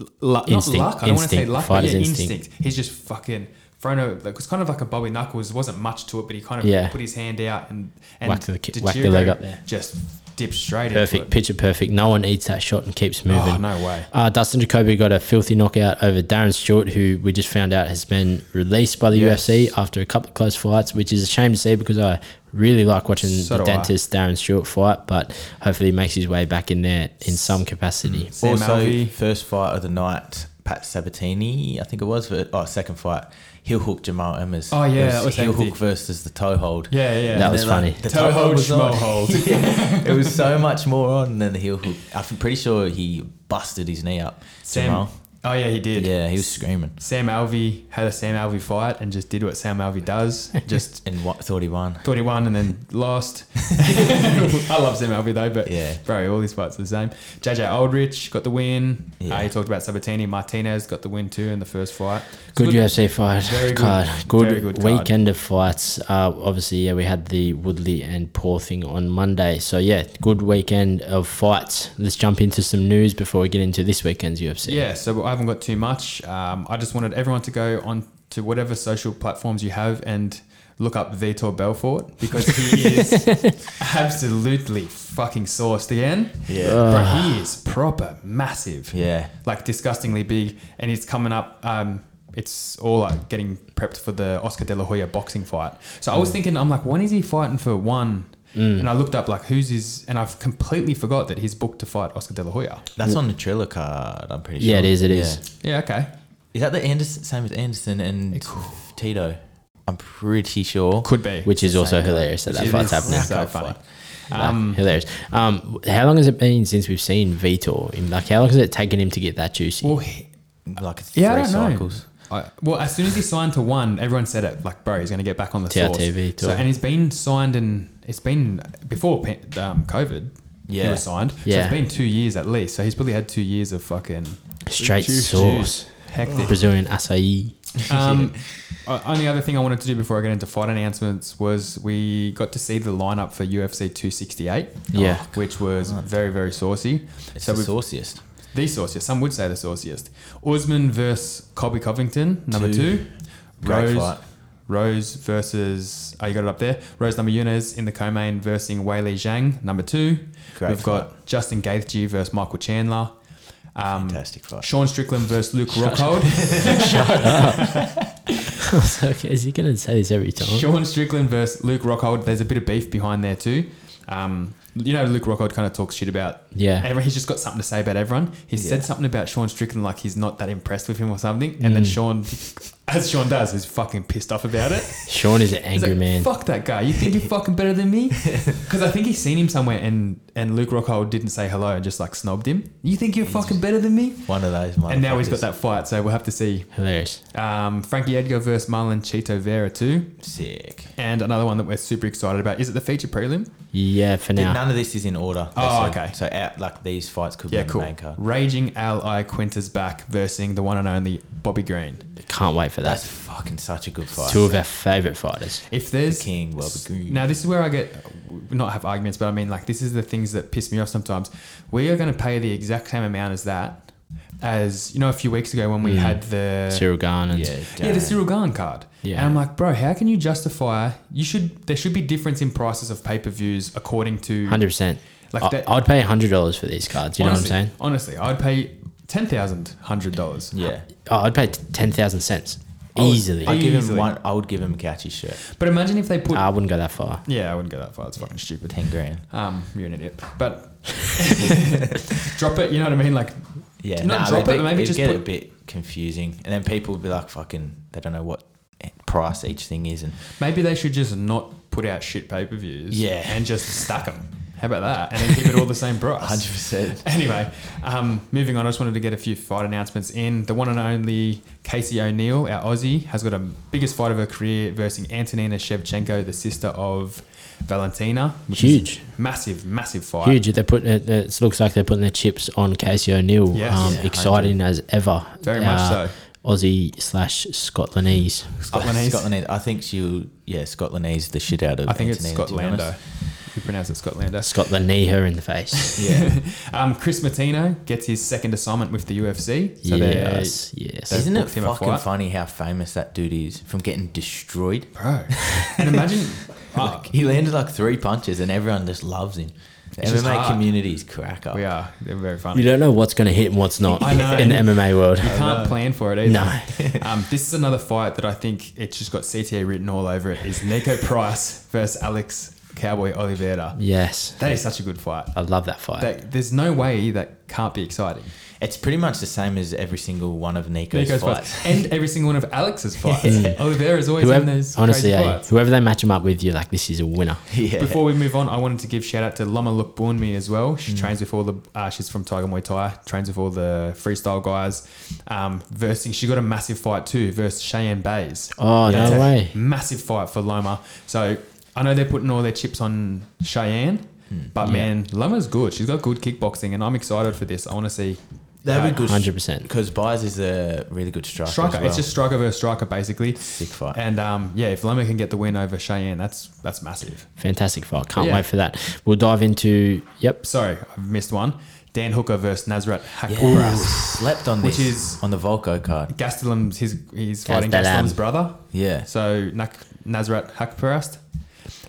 L-
Instinct.
Not luck. I don't want to say
Instinct.
luck, but
Fighter's
yeah,
instinct.
instinct. He's just fucking Frono, like, it was kind of like a Bobby Knuckles. There wasn't much to it, but he kind of
Yeah.
put his hand out and, and
Whacked the ki-
De
whacked the
Giro
leg up there.
Just dipped straight
Perfect,
into it.
picture perfect. No one eats that shot and keeps moving.
Oh, no way.
Uh, Dustin Jacoby got a filthy knockout over Darren Stewart, who we just found out has been released by the
Yes.
UFC after a couple of close fights, which is a shame to see because I really like watching
So
the
do I.
dentist Darren Stewart fight, but hopefully he makes his way back in there in some capacity.
Sam
also,
Alvey.
first fight of the night, Pat Sabatini, I think it was. For, oh, second fight, heel hook Jamal Emmers.
Oh, yeah,
It
that was
heel
hectic.
hook versus the toe hold.
Yeah, yeah.
That
And
was
then, like,
funny.
the
Toe hold,
was
schmo
on.
hold.
Yeah, it was so much more on than the heel hook. I'm pretty sure he busted his knee up.
Sam.
Jamal.
Oh yeah, he did.
Yeah, he was screaming
Sam Alvey had a Sam Alvey fight and just did what Sam Alvey does. Just
and what thought he won.
thought he won and then lost. I love Sam Alvey though, but
Yeah.
bro, all these fights are the same. JJ Aldrich got the win.
Yeah.
Uh, you talked about Sabatini. Martinez got the win too in the first fight. It's
Good, UFC fight
Very good-
card.
very
Good,
good card.
weekend of fights. Uh, obviously, yeah, we had the Woodley and Paul thing on Monday. So yeah, good weekend of fights. Let's jump into some news before we get into this weekend's UFC.
Yeah, so I haven't got too much. Um, I just wanted everyone to go on to whatever social platforms you have and look up Vitor Belfort because he is absolutely fucking sourced again.
Yeah.
Bro, he is proper massive.
Yeah.
Like disgustingly big. And he's coming up. Um, it's all like getting prepped for the Oscar De La Hoya boxing fight. So I
Mm.
was thinking, I'm like, when is he fighting for one? And I looked up like who's his, and I've completely forgot that he's booked to fight Oscar De La Hoya.
That's on the Triller card, I'm pretty sure.
Yeah, it is, it is.
Yeah, okay.
Is that the Anderson, same as Anderson and Tito? I'm pretty sure.
Could be.
which is also
Same.
hilarious that that
It
fight's
is
happening.
So funny. Um,
hilarious. Um, how long has it been since we've seen Vitor? In- Like, how long has it taken him to get that juicy?
well, he-
Like three
yeah, I don't know.
cycles.
I- well, as soon as he signed to one, everyone said it like, bro, he's going to get back on the source.
TRTV
So,
tour.
and he's been signed, and it's been before pa- um, COVID. he
Yeah.
was signed. so
Yeah.
it's been two years at least. So he's probably had two years of fucking
Straight
juice,
sauce,
juice. hectic.
Brazilian acai.
Um, uh, only other thing I wanted to do before I get into fight announcements was we got to see the lineup for UFC 268.
Yeah.
which was very very saucy.
It's
so
the
we've
sauciest.
The sauciest. Some would say the sauciest. Usman versus Colby Covington, number two.
Two. Great
Rose,
fight.
Rose versus. Oh, you got it up there. Rose number Nunes in the co-main versus Weili Zhang, number two.
Great
We've got Justin Gaethje versus Michael Chandler. Um,
Fantastic fight.
Sean Strickland versus Luke Rockhold.
okay, is he going to say this every time?
Sean Strickland versus Luke Rockhold. There's a bit of beef behind there too. Um, you know, Luke Rockhold kind of talks shit about
Yeah.
Everyone, he's just got something to say about everyone. He said something about Sean Strickland like he's not that impressed with him or something,
Mm.
and then Sean, as Sean does, is fucking pissed off about it.
Sean is an
He's
angry
like,
man.
Fuck that guy. You think you're fucking better than me? Because I think he's seen him somewhere, and and Luke Rockhold didn't say hello and just like snobbed him. You think you're fucking better than me?
One of those.
And now he's got
motherfuckers.
that fight, so we'll have to see.
Hilarious.
Um, Frankie Edgar versus Marlon Chito Vera too.
sick.
And another one that we're super excited about. Is it the feature prelim?
Yeah, for now.
None of this is in order. they
Oh,
said.
okay.
So out like these fights could
Yeah,
be on
cool.
the main card.
Raging Ally Quinter's back versus the one and only Bobby Green.
Can't wait for
That's
that.
fucking such a good fight.
Two of our favourite fighters.
If there's
King, Bobby Green.
Now this is where I get not have arguments, but I mean like this is the things that piss me off sometimes. We are going to pay the exact same amount as that as you know a few weeks ago when we had the
Mm. Cyril Garn and
yeah,
yeah the
damn.
Cyril Garn card.
Yeah.
And I'm like, bro, how can you justify? You should there should be difference in prices of pay per views according to
100%.
Like
I,
that-
I'd pay $100 for these cards. uh, You know
honestly,
what I'm saying?
Honestly, I'd pay ten thousand hundred dollars.
Yeah.
Oh, I'd pay t- 10,000 cents.
Oh,
Easily.
I
I,
would give him
Easily.
one. I would give him a Gauchi shirt.
But imagine if they put.
wouldn't go that far.
yeah, I wouldn't go that far. It's fucking stupid.
Ten grand.
Um, you're an idiot. But drop it. You know what I mean? Like,
Yeah.
not
nah,
drop
they-
it, but maybe
it'd
just
get
put-
a bit confusing, and then people would be like, "Fucking, they don't know what price each thing is." And
maybe they should just not put out shit pay per views.
Yeah.
and just stack them. How about that? And then keep it all the same price.
hundred percent.
Anyway, um, moving on. I just wanted to get a few fight announcements in. The one and only Casey O'Neill, our Aussie, has got a biggest fight of her career versus Antonina Shevchenko, the sister of Valentina. which is
Huge.
massive, massive fight.
Huge. They're putting it, it looks like they're putting their chips on Casey O'Neill.
Yes.
um,
Yeah,
exciting as ever. Uh,
Very much so.
Aussie slash Scotlandese.
Scotlandese.
Scotlandese.
I think she'll. Yeah, Scotlandese the shit out of.
I think it's
Antonina, to be honest.
Scotlando. you pronounce it, Scotlander.
Scotland knee her in the face.
Yeah.
Um, Chris Martino gets his second assignment with the UFC. So they're-
yes, yes.
Isn't it
booked him a
fucking
flight.
funny how famous that dude is from getting destroyed?
bro. And imagine,
Like, he landed like three punches and everyone just loves him. The
just
MMA
hard.
communities crack up.
we are. They're very funny.
You don't know what's going to hit and what's not
I know.
in the MMA world.
You can't plan for it either.
No.
um, this is another fight that I think it's just got CTA written all over it. Is Nico Price versus Alex Cowboy Oliveira?
Yes,
That is such a good fight.
I love that fight.
That, there's no way that can't be exciting.
It's pretty much the same as every single one of Nico's,
Nico's
fights.
fights and every single one of Alex's fights. Oliveira's always in
whoever,
those
honestly,
crazy
yeah,
fights.
whoever they match him up with, you're like, this is a winner.
Yeah.
Before we move on, I wanted to give shout out to Lama Lukbunmi as well.
Mm.
She trains with all the. Uh, she's from Tiger Muay Thai. Trains with all the freestyle guys. Um, versus she got a massive fight too versus Cheyenne Bays.
Oh
That's
no
a
way!
Massive fight for Loma. So I know they're putting all their chips on Cheyenne,
Hmm.
but man, Loma's good. She's got good kickboxing, and I'm excited for this. I want to see.
That'd
uh,
be good.
100%.
Because Byers is a really good striker. as
Striker. It's
well.
just striker versus striker, basically.
sick fight.
And um, yeah, if Loma can get the win over Cheyenne, that's that's massive.
Fantastic fight. Can't
Yeah.
wait for that. We'll dive into. Yep.
Sorry, I've missed one. Dan Hooker versus Nazrat
Ooh,
Hakparas.
slept on
Which
this,
is-
on the Volko card.
Gastelum's his he's fighting
Gastelum.
Gastelum's brother.
Yeah.
So Nak- Nazrat Hakparas,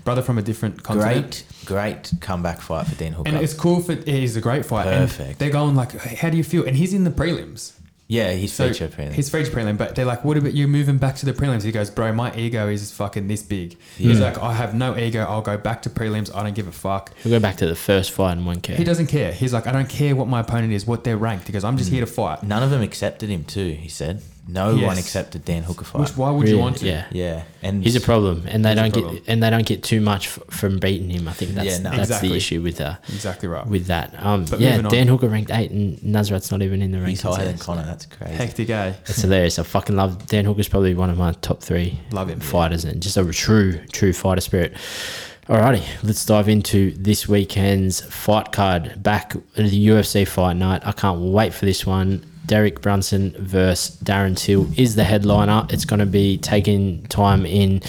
brother from a different continent.
Great, great comeback fight for Dan Hooker.
And it's cool for he's a great fighter. And
Perfect.
they're going like, how do you feel? And he's in the prelims.
yeah, he's
So
feature apparently.
He's feature prelim, but they're like, what about you moving back to the prelims? He goes, bro, my ego is fucking this big. He's like, I have no ego. I'll go back to prelims. I don't give a fuck.
We'll go back to the first fight in one care.
He doesn't care. He's like, I don't care what my opponent is, what they're ranked. He goes, I'm just here to fight.
None of them accepted him too. He said no
Yes.
one accepted Dan Hooker fight.
Which why would you
Really,
want to?
Yeah.
yeah, and
He's a problem, and they
He's a
don't
problem.
get and they don't get too much f- from beating him. I think that's
Yeah, no.
that's the
Exactly.
issue with uh,
Exactly right.
with that. Um,
But
yeah,
moving on.
Dan Hooker ranked eight, and Nazrat's not even in the
he's
rankings.
higher than
yet.
Connor. That's crazy.
Hectic eh? A.
It's hilarious. I fucking love Dan Hooker's probably one of my top three
Love him.
fighters and just a true, true fighter spirit. Alrighty, let's dive into this weekend's fight card. Back at the UFC fight night. I can't wait for this one. Derek Brunson versus Darren Till is the headliner. It's going to be taking time in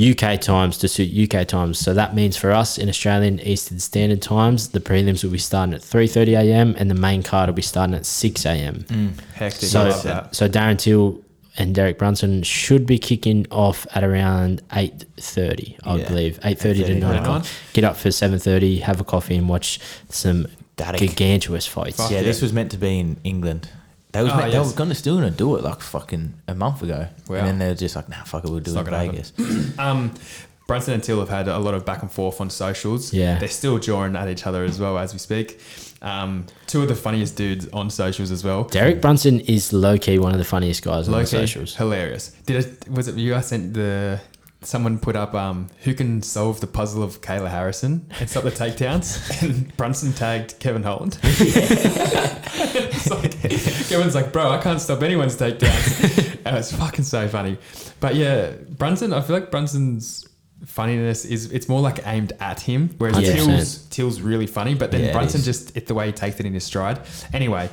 UK times to suit UK times. So that means for us in Australian Eastern Standard Times, the prelims will be starting at 3:30 a.m. and the main card will be starting at 6 a.m.
Mm. Hectic. I love
So,
that.
so Darren Till and Derek Brunson should be kicking off at around eight thirty, I
Yeah.
believe, eight thirty to
8:30,
nine
nine.
o'clock. Get up for seven thirty, have a coffee, and watch some
That-
gigantuous fights.
Fuck.
yeah,
Yeah.
this was meant to be in England. They was
Oh,
meant, they
yes.
were gonna still gonna do it like fucking a month ago,
Wow.
and then they were just like, nah, fuck it, we'll do
It's
it
not
in
gonna
Vegas.
Um, Brunson and Till have had a lot of back and forth on socials.
Yeah.
They're still jawing at each other as well as we speak. Um, two of the funniest dudes on socials as well.
Derek Brunson is low key one of the funniest guys on
Low
the
key,
socials.
hilarious. Did it, was it you? I sent the someone put up um, who can solve the puzzle of Kayla Harrison and stop the takedowns, and Brunson tagged Kevin Holland. It's like- Kevin's like, bro, I can't stop anyone's takedowns. and it's fucking so funny. But yeah, Brunson, I feel like Brunson's funniness is it's more like aimed at him, whereas
100%.
Till's Till's really funny, but then
Yeah, it
Brunson
is.
just it, the way he takes it in his stride. Anyway,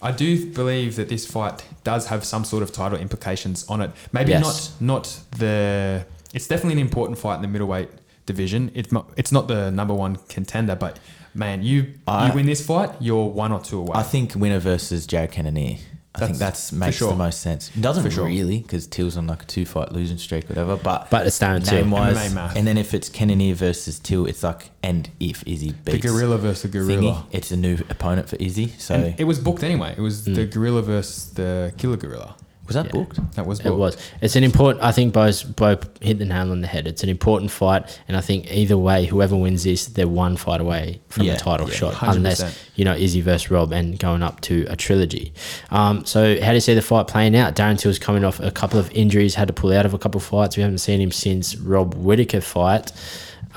I do believe that this fight does have some sort of title implications on it. Maybe
Yes.
not not the. It's definitely an important fight in the middleweight division. It's not, it's not the number one contender, but man, you
I-
you win this fight, you're one or two away.
I think winner versus Jared Cannonier. I think that's
That's- for
makes
sure.
the most sense. It doesn't
For sure.
really because Till's on like a two fight losing streak, whatever. But
But it's Darren Till.
name wise,
MMA math.
and then if it's Cannonier versus Till, it's like and if Izzy
the
beats
gorilla versus the gorilla.
thingy, it's a new opponent for Izzy. So
And it was booked anyway. It was the
Mm.
gorilla versus the killer gorilla.
was that
Yeah.
booked?
That was booked.
It was. It's an important. I think both both hit the nail on the head. It's an important fight, and I think either way, whoever wins this, they're one fight away from
Yeah,
a title
yeah,
shot,
100%.
unless you know Izzy versus Rob and going up to a trilogy. Um, so how do you see the fight playing out? Darren Till's coming off a couple of injuries, had to pull out of a couple of fights. We haven't seen him since Rob Whitaker fight.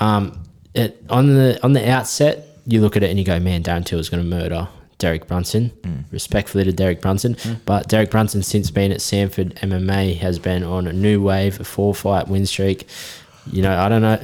Um, it, on the on the outset, you look at it and you go, man, Darren Till is going to murder Derek Brunson.
Mm.
Respectfully to Derek Brunson, but Derek Brunson since being at Sanford MMA has been on a new wave, a four fight win streak. You know, I don't know.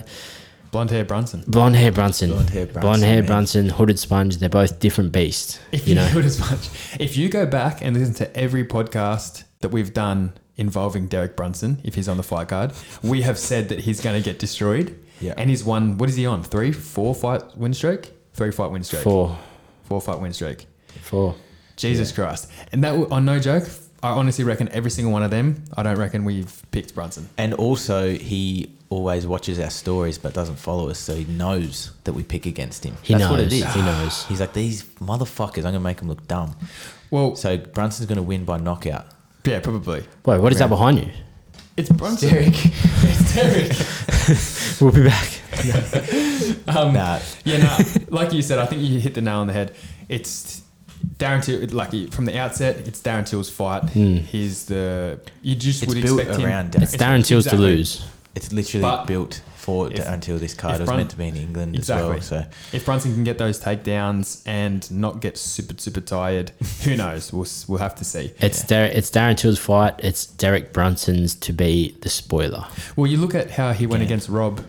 Blonde hair Brunson.
Blonde hair Brunson,
Blonde hair Brunson,
Blonde hair
man.
Brunson, hooded sponge. They're both different beasts.
If
you
you
know,
know it as much, if you go back and listen to every podcast that we've done involving Derek Brunson if he's on the fight card. We have said that he's going to get destroyed.
Yeah.
And he's won. What is he on? Three, four fight win streak. Three fight win streak.
Four.
Four fight win streak.
Four.
Jesus Christ! And that on no joke. I honestly reckon every single one of them. I don't reckon we've picked Brunson.
And also, he always watches our stories but doesn't follow us, so he knows that we pick against him.
He
That's
knows.
what it is.
He knows.
He's like, these motherfuckers, I'm going to make them look dumb.
Well,
So Brunson's going to win by knockout.
yeah, probably.
Wait, what is that behind you?
It's Brunson.
It's Derek.
We'll be back.
Um,
nah,
Yeah, no, like you said, I think you hit the nail on the head. It's Darren Till, like from the outset, it's Darren Till's fight. He's the you just
it's
would
built
expect him.
around
Hmm. It's
Derek.
Darren Tills
exactly.
to lose.
It's literally
But
built for
if-
until this
if
card. It was
Brun-
meant to be in England
Exactly.
as well. So
If Brunson can get those takedowns and not get super super tired, who knows? We'll s- we'll have to see.
It's Derek. It's Darren Till's fight. It's Derek Brunson's to be the spoiler.
Well, you look at how he went
Yeah.
against Rob.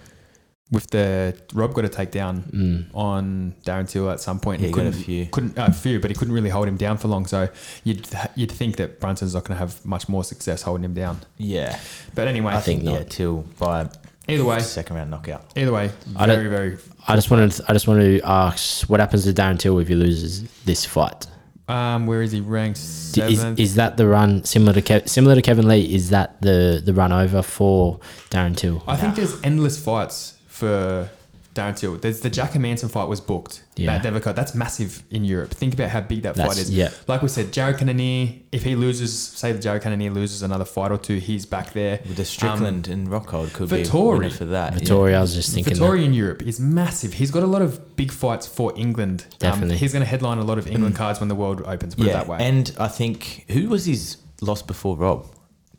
With the Rob got a takedown
Hmm.
on Darren Till at some point.
Yeah, he got a
couldn't-
few.
couldn't uh, few, but he couldn't really hold him down for long. So you'd you'd think that Brunson's not going to have much more success holding him down.
yeah,
But anyway,
I think
think
yeah,
not.
till by
either way,
second round knockout.
either way,
I
very
don't-
very.
I just wanted. I just want to ask, what happens to Darren Till if he loses this fight?
Um, where is he ranked?
D- Is,
Seventh.
is that the run similar to Kev, similar to Kevin Lee? Is that the the run over for Darren Till?
I think there's endless fights for Darren Till. There's the Jack and Manson fight was booked.
Yeah.
That Devico, that's massive in Europe. Think about how big that
That's-
fight is.
yeah.
Like we said, Jared Cannonier, if he loses, say the Jared Cannonier loses another fight or two, he's back there.
With the
Um,
Strickland and Rockhold could
Vettori.
be a winner for that.
Vittori, I was just thinking.
Vittori in Europe is massive. He's got a lot of big fights for England. Um,
Definitely.
he's going to headline a lot of England cards when the world opens, put
Mm. yeah.
it that way.
And I think who was his loss before Rob?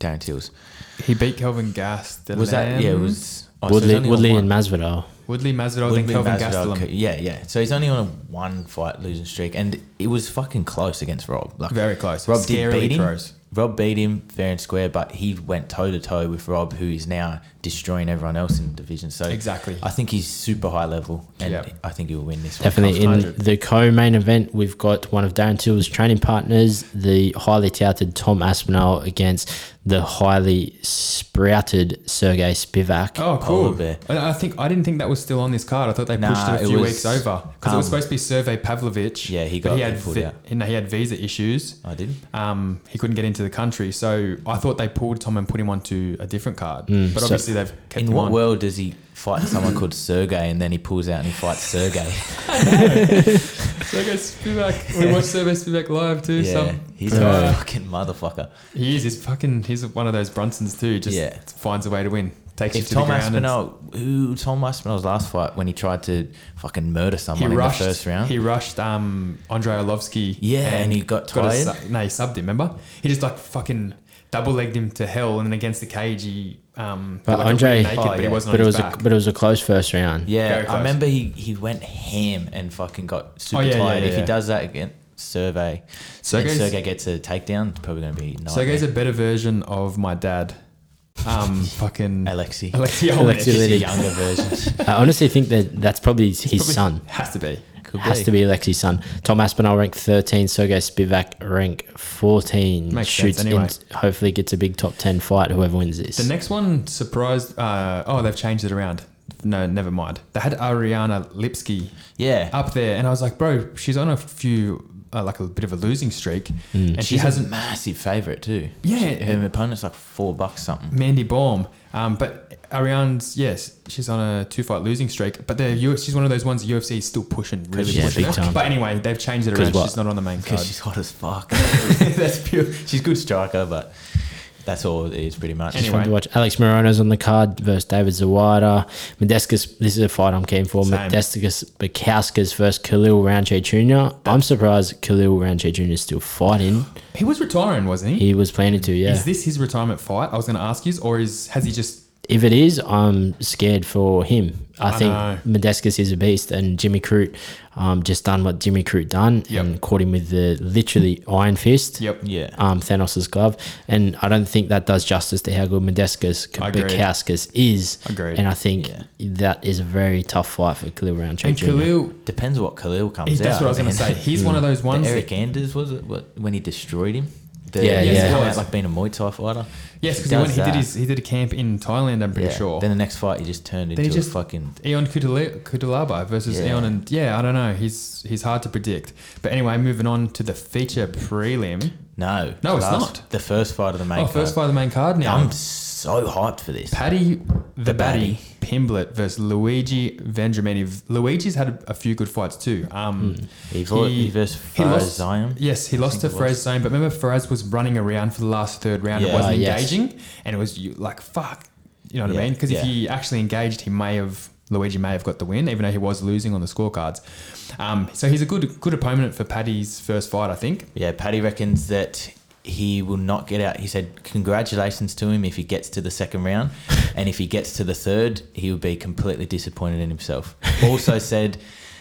Darren Tills.
he beat Kelvin Gast.
Was that yeah? It was oh,
That.
so he's
Woodley,
only on
Woodley
one-
and Masvidal.
Woodley Masvidal,
Woodley
then Kelvin
Masvidal,
Gastelum.
okay, Yeah, yeah. So he's only on a one fight losing streak, and it was fucking close against Rob. Like
Very close.
Rob did
Scarily
beat him.
close.
Rob beat him fair and square, but he went toe to toe with Rob, who is now destroying everyone else in the division. So
Exactly.
I think he's super high level, and
Yep.
I think he'll win this one.
Definitely in
100.
the co-main event, we've got one of Darren Till's training partners, the highly touted Tom Aspinall, against the highly sprouted Sergey Spivak.
Oh, cool.
Polar bear.
I I think I didn't think that was still on this card. I thought they
Nah,
pushed it a
it
few
was,
weeks over because it was
um,
supposed to be Survey Pavlovich.
Yeah, he
but
got
he had
pulled
vi-
out.
and he had visa issues.
I did.
Um, he couldn't get into the country, so I thought they pulled Tom and put him onto a different card. but
so-
obviously they've kept
Mm, In
him
what
on.
world does he fight someone called Sergey, and then he pulls out and he fights Sergey?
Sergey Spivak, we watched Survey Spivak live too.
yeah,
Some
he's
Uh,
a fucking motherfucker.
he is. He's fucking. He's one of those Brunsons too. Just
Yeah.
finds a way to win. Takes
If
you to
Tom
the ground. and-
Aspinall, who Tom Aspinall's last fight when he tried to fucking murder
he
someone in
rushed.
the first round,
He rushed. Um, Andre Arlovsky.
Yeah, and he got
a
tired.
su- no, he subbed him. Remember, he just like fucking double legged him to hell, and then against the cage, he um.
But
got, like, a
Andre-
rear naked,
Oh,
but he
yeah.
wasn't
but
on
it
his
was
back.
a, but it was a close first round.
Very
yeah,
close.
I remember he, he went ham and fucking got super
Oh, yeah, yeah,
tired.
yeah,
if
yeah.
he does that again, survey, so
Sergey's-
Sergey gets a takedown, it's probably going to be nice.
Sergey's a better version of my dad. Um, fucking
Alexei,
Alexei
Alexei Olenek.
Just a
Linick.
younger version.
I honestly think that that's probably his
Probably
son.
has to be.
Could
Has to be Alexi's son. Tom Aspinall ranked 13, Sergey Spivak rank 14.
Makes
shoots
sense anyway.
and hopefully gets a big top 10 fight, whoever wins this.
The next one surprised. Uh, oh, they've changed it around. No, never mind. They had Ariana Lipsky
Yeah,
up there, Oh, and I was like, bro, she's on a few. Uh, like a bit of a losing streak,
Mm,
and
she's
she hasn't
a massive favourite too.
Yeah.
She- her opponent's like four bucks something.
Mandy Baum. Um, but Ariane's yes, she's on a two fight losing streak. But the U- she's one of those ones the UFC is still pushing, really
she's
pushing.
big
her.
time.
But anyway, they've changed it
'Cause
around.
what?
She's not on the main card.
Because she's hot as fuck. that's pure. She's a good striker, but that's all it is pretty much.
Just fun
anyway.
to watch. Alex Moreno's on the card versus David Zawada. Modescus, this is a fight I'm keen for.
Same.
Modescus Bukowskis versus Khalil Roundtree Jr. I'm surprised Khalil Roundtree Jr. is still fighting.
He was retiring, wasn't he?
He was planning to, yeah.
Is this his retirement fight? I was going to ask you, or is has he just?
if it is, I'm scared for him. I,
I
think
know.
Modescus is a beast, and Jimmy Crute um, just done what Jimmy Crute done and caught him with the literally iron fist.
Yep.
Yeah.
Um, Thanos' glove, and I don't think that does justice to how good Modescus
Agreed.
Bukowskis is.
Agreed.
And I think
Yeah.
that is a very tough fight for Khalil Roundtree.
And
Jr.
Khalil.
Depends what Khalil comes
That's
out.
what I was going to
man.
say. He's one of those
The
ones.
Eric Anders was it what, when he destroyed him? The,
Yeah,
he used to
yeah.
come out
Yes.
like being a Muay Thai fighter.
Yes, because
He
he, went-
does
he did
that.
his he did a camp in Thailand. I'm pretty
Yeah.
sure.
Then the next fight, he just turned
he
into
just-
a fucking.
Eon Kudala- Kudalaba versus
Yeah.
Eon, and yeah, I don't know. He's he's hard to predict. But anyway, moving on to the feature prelim.
No,
No, it's
last-
not.
The first fight of the main.
oh, first
card.
by the main card now.
I'm so hyped for this.
Paddy the,
The
Batty Pimblett versus Luigi Vendramini. Luigi's had a, a few good fights too. Um,
He, fought, he, versus
he
Faraz
lost-
Zion.
Yes, he lost to
think it was.
Faraz Zane, but remember Faraz was running around for the last third round. It
Yeah.
wasn't
Ah, yes.
engaging, and it was you, like fuck. You know what
Yeah,
I mean? Because if
yeah.
he actually engaged, he may have Luigi may have got the win, even though he was losing on the scorecards. Um, so he's a good good opponent for Paddy's first fight, I think.
Yeah, Paddy reckons that he will not get out. He said, "Congratulations to him if he gets to the second round, and if he gets to the third, he will be completely disappointed in himself." Also said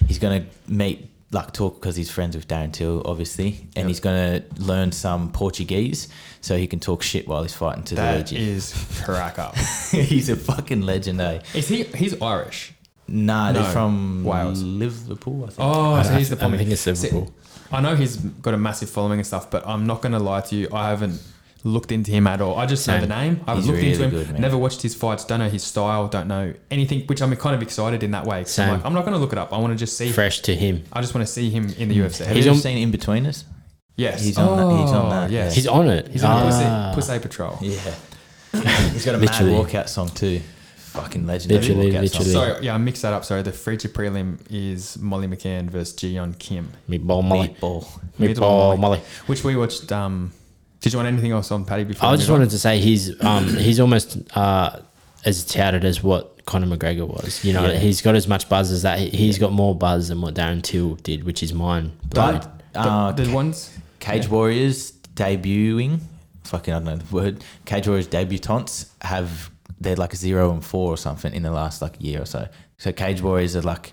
he's going to meet Luck Talk because he's friends with Darren Till, obviously, and
Yep.
he's going to learn some Portuguese so he can talk shit while he's fighting to
That
Luigi.
is crack up.
he's a fucking legend, eh?
Is he? He's Irish.
Nah, they're
No,
from
Wales.
Liverpool, I think.
Oh, so
I-
he's the
I
problem.
think it's Liverpool.
I know he's got a massive following and stuff, but I'm not going to lie to you. I haven't looked into him at all. I just know
Same.
the name. I've
He's
looked
really
into him.
good, man.
Never watched his fights. Don't know his style. Don't know anything. Which I'm kind of excited in that way. 'cause I'm
Same.
like, I'm not going to look it up. I want to just see.
Fresh to him.
I just want to see him in the UFC.
Have
He's
you
on-
ever seen In Between Us?
yes,
he's on that- he's on
Oh,
that,
Yes,
He's on it.
He's on
Ah.
Pussy, Pussy Patrol.
Yeah. He's got a
Literally.
mad walkout song too. Fucking legendary
Literally,
walkout
literally.
song.
Sorry, yeah, I mixed that up. Sorry, the feature prelim is Molly McCann versus Jion Kim,
Me ball molly.
Meatball.
Me
Meatball
ball
molly.
molly.
which we watched. Um, did you want anything else on Paddy before?
I
we
just
move on?
wanted to say he's um, he's almost uh, as touted as what Conor McGregor was. You know,
Yeah.
he's got as much buzz as that. He- He's got more buzz than what Darren Till did, which is mine. But
But uh,
the, the ones.
Cage Warriors debuting, fucking I don't know the word. Cage Warriors debutantes have they're like zero and four or something in the last like year or so. So Cage Warriors are like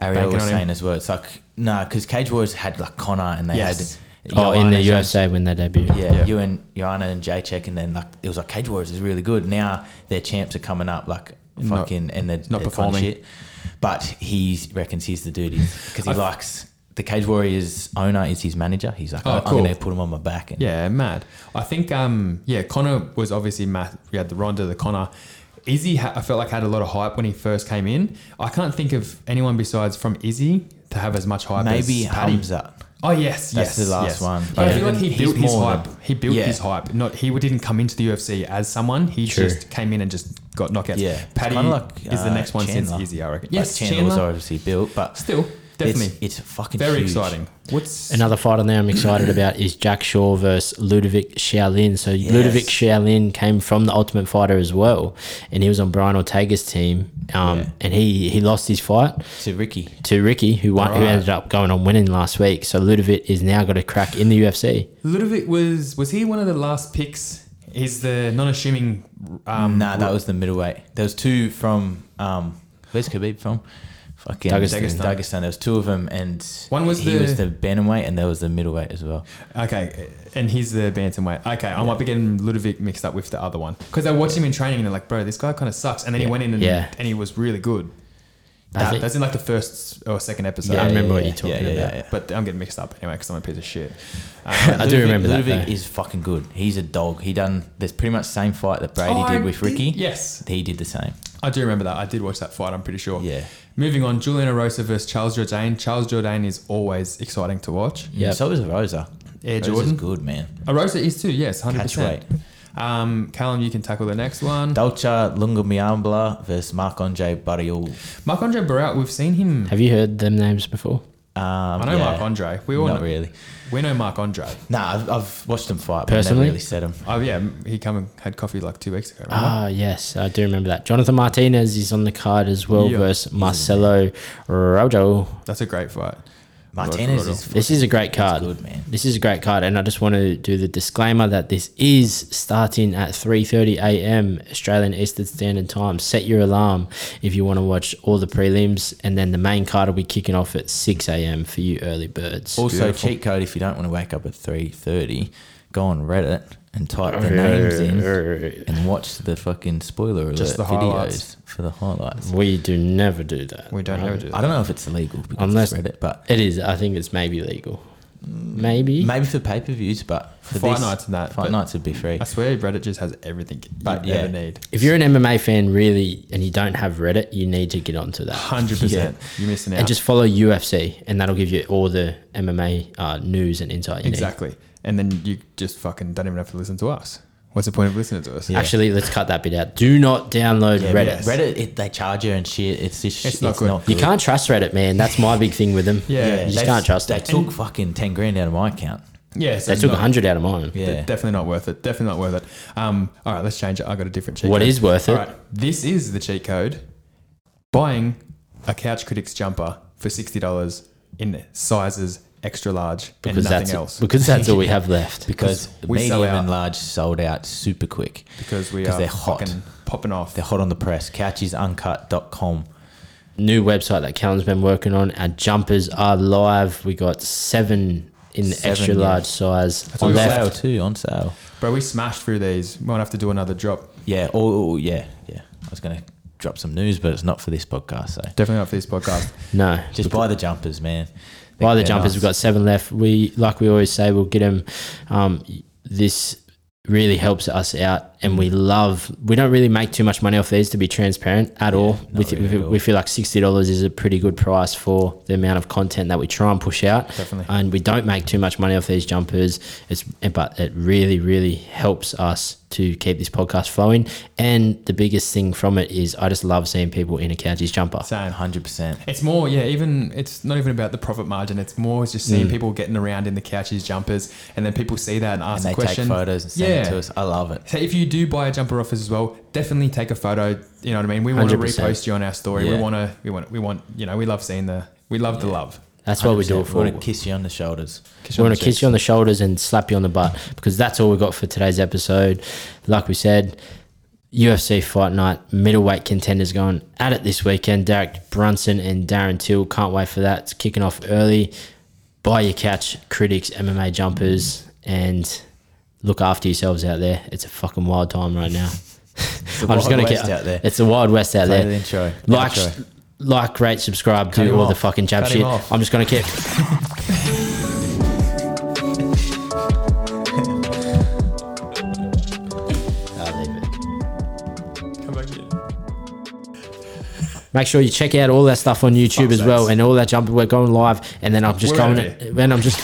Ariel
Banking
was
on him.
saying as well. It's like no, because Cage Warriors had like Connor and they
Yes.
had
oh, in the
Joanna Jones-
USA when they debut,
Yeah,
Yeah.
you and Joanna and Jay check, and then like it was like Cage Warriors is really good. Now their champs are coming up, like
Not-
fucking, and they're
not
they're kinda
performing.
Shit. But he reckons he's the dude because he
I've-
likes the Cage Warriors owner is his manager. He's like,
Oh,
I'm
cool.
gonna put him on my back. And
Yeah, mad. I think um yeah, Connor was obviously math. We had the Ronda, the Connor. Izzy, ha- I felt like had a lot of hype when he first came in. I can't think of anyone besides from Izzy to have as much hype.
maybe
as Paddy.
Hamza.
Oh yes,
That's
yes,
the last
yes.
one.
But I
Yeah.
feel like he
He's
built his
more
hype.
than-
He built
Yeah.
his hype. Not he didn't come into the UFC as someone. He
True.
just came in and just got knockouts.
Yeah,
Paddy
Kinda like,
is the
uh,
next one since
Chandler.
Izzy. I reckon.
Like, Chandler, was obviously built, but
still
it's-
definitely
it's, fucking
very
huge.
exciting. What's
Another fight on there I'm excited about is Jack Shaw versus Ludovic Shaolin. So Ludovic Shaolin came from the Ultimate Fighter as well, and he was on Brian Ortega's team, um,
Yeah.
and he he lost his fight.
To Ricky,
to Ricky, who won, who
Right.
ended up going on winning last week. So Ludovic is now got a crack in the UFC.
Ludovic was was he one of the last picks? He's the non-assuming. Um,
nah, that was the middleweight. There was two from um, where's Khabib from? Fucking
Dagestan.
Dagestan. Dagestan. There was two of them, and
One was
he
the-
was the bantamweight, and there was the middleweight as well.
okay, and he's the bantamweight. Okay, I might be getting Ludovic mixed up with the other one because I watched him in training and they're like, bro, this guy kind of sucks. And then he went in and,
Yeah.
and he was really good.
I
That,
think-
that's in like the first or second episode.
Yeah, I remember what
yeah,
you're talking
yeah,
about.
yeah, yeah.
But I'm getting mixed up anyway because I'm a piece of shit.
I
Um,
do remember that,
Ludovic
though.
is fucking good. He's a dog. He done this pretty much same fight that Brady
Oh, I
did with Ricky.
yes,
He did the same.
I do remember that. I did watch that fight. I'm pretty sure.
Yeah.
Moving on, Juliana Rosa versus Charles Jourdain. Charles Jourdain is always exciting to watch.
Yeah.
So was Rosa.
Yeah,
Rosa's
Jordan.
good man.
Arosa is too, yes, hundred
Catch
percent.
weight.
Um, Callum, you can tackle the next one.
Dolce Lungamiambla versus Marc Andre Um, Barriol.
Marc Andre Barrett, we've seen him.
Have you heard them names before?
Um,
I know
yeah,
Marc Andre. We all
Not
know,
really.
we know Marc Andre.
Nah, I've, I've watched them fight.
Personally?
but never really said them.
Oh yeah, he come and had coffee like two weeks ago. Remember?
Ah, yes, I do remember that. Jonathan Martinez is on the card as well
Yeah.
versus Marcelo Rojo.
That's a great fight.
Martinez
Rodo.
is
This is a great card.
good, man.
This is a great card, and I just want to do the disclaimer that this is starting at 3:30 a.m. Australian Eastern Standard Time. Set your alarm if you want to watch all the prelims, and then the main card will be kicking off at 6 a.m. for you early birds.
Also,
Beautiful.
cheat code if you don't want to wake up at three thirty, go on Reddit and
Oh,
type the names in and watch the fucking spoiler alert
Just the highlights.
videos for the highlights.
We do never do that.
We don't
right?
ever do
I
that.
don't know if it's illegal because
Unless-
it's Reddit, but
It is. I think it's maybe legal.
Mm,
maybe.
Maybe for pay per views, but for
Fight
this,
nights and that,
fight
but-
nights would be free.
I swear Reddit just has everything
But
you
yeah.
ever need.
If you're an MMA fan, really, and you don't have Reddit, you need to get onto that.
100%. You're missing out.
And just follow UFC, and that'll give you all the MMA uh, news and insight you
exactly. And then you just fucking don't even have to listen to us. What's the point of listening to us?
need. Actually, let's cut that bit out. Do not download
Yeah,
Reddit.
Reddit, Reddit it, they charge you and shit. It's just
It's not good.
You can't trust Reddit, man. That's my big thing with them.
Yeah.
you just
they-
can't trust
They
them.
took fucking ten grand out of my account.
Yeah, so
They took
not-
100 out of mine.
Yeah.
de- Definitely not worth it. Definitely not worth it. Um, all right, let's change it. I got a different cheat
What
code.
is worth
All
it?
right, this is the cheat code. Buying a Couch Critics jumper for $60 in sizes extra large and
Because
nothing
that's
else.
because that's all we have left.
Because
we
medium
sell out.
and large sold out super quick.
because we
'Cause
are
they're hot.
fucking popping off.
They're hot on the press. Couchesuncut.com.
new website that Callum's been working on. Our jumpers are live. We got seven in the
Seven,
extra
yeah.
large size
all
On
we got
left.
sale too, on sale.
Bro, we smashed through these. We won't have to do another drop.
Yeah, oh, oh, yeah, yeah. I was gonna drop some news, but it's not for this podcast, so
Definitely not for this podcast.
No,
just buy the jumpers, man.
By the
They're
jumpers,
nice.
we've got seven left. We, like we always say, we'll get them. Um, this really helps us out, and we love. We don't really make too much money off these, to be transparent at all.
not
We, th-
really
we,
at all.
we feel like sixty dollars is a pretty good price for the amount of content that we try and push out.
Definitely.
And we don't make too much money off these jumpers. It's but it really, really helps us to keep this podcast flowing. And the biggest thing from it is, I just love seeing people in a Couchies jumper.
Same.
100%.
It's more, yeah, even it's not even about the profit margin. It's more just
Mm.
seeing people getting around in the couches, jumpers, and then people see that and
And
ask
they
a question.
take photos and send it
Yeah.
to us. I love it.
So if you do buy a jumper off us as well, definitely take a photo. You know what I mean? We want to
100%.
repost you on our story.
Yeah.
We want to, we want, we want, you know, we love seeing the, we love the love.
That's what we do it for.
want to kiss you on the shoulders.
We want to kiss you on the shoulders and slap you on the butt because that's all we got for today's episode. Like we said, UFC Fight Night middleweight contenders going at it this weekend. Derek Brunson and Darren Till can't wait for that. It's kicking off early. Buy your catch, critics, MMA jumpers, and look after yourselves out there. It's a fucking wild time right now.
the Wild West out there.
It's the wild west out
Play
there.
the intro.
Like,
Outro.
like, rate, subscribe,
Cut
do
him
all the
off.
fucking jab
Cut him
shit.
off.
I'm just gonna keep. I'll leave it. Make sure you check out all that stuff on YouTube
Fuck's
as well,
sakes.
and all that jumper. We're going live, and then I'm just
We're
going.
out of
Then I'm just.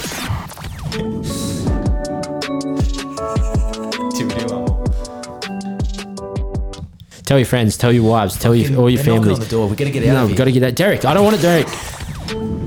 Tell your friends, tell your wives, tell your all your
They're knocking
families.
on the door. We gotta get out
No,
of
we've
here.
got to get that. Derek, I don't want it, Derek.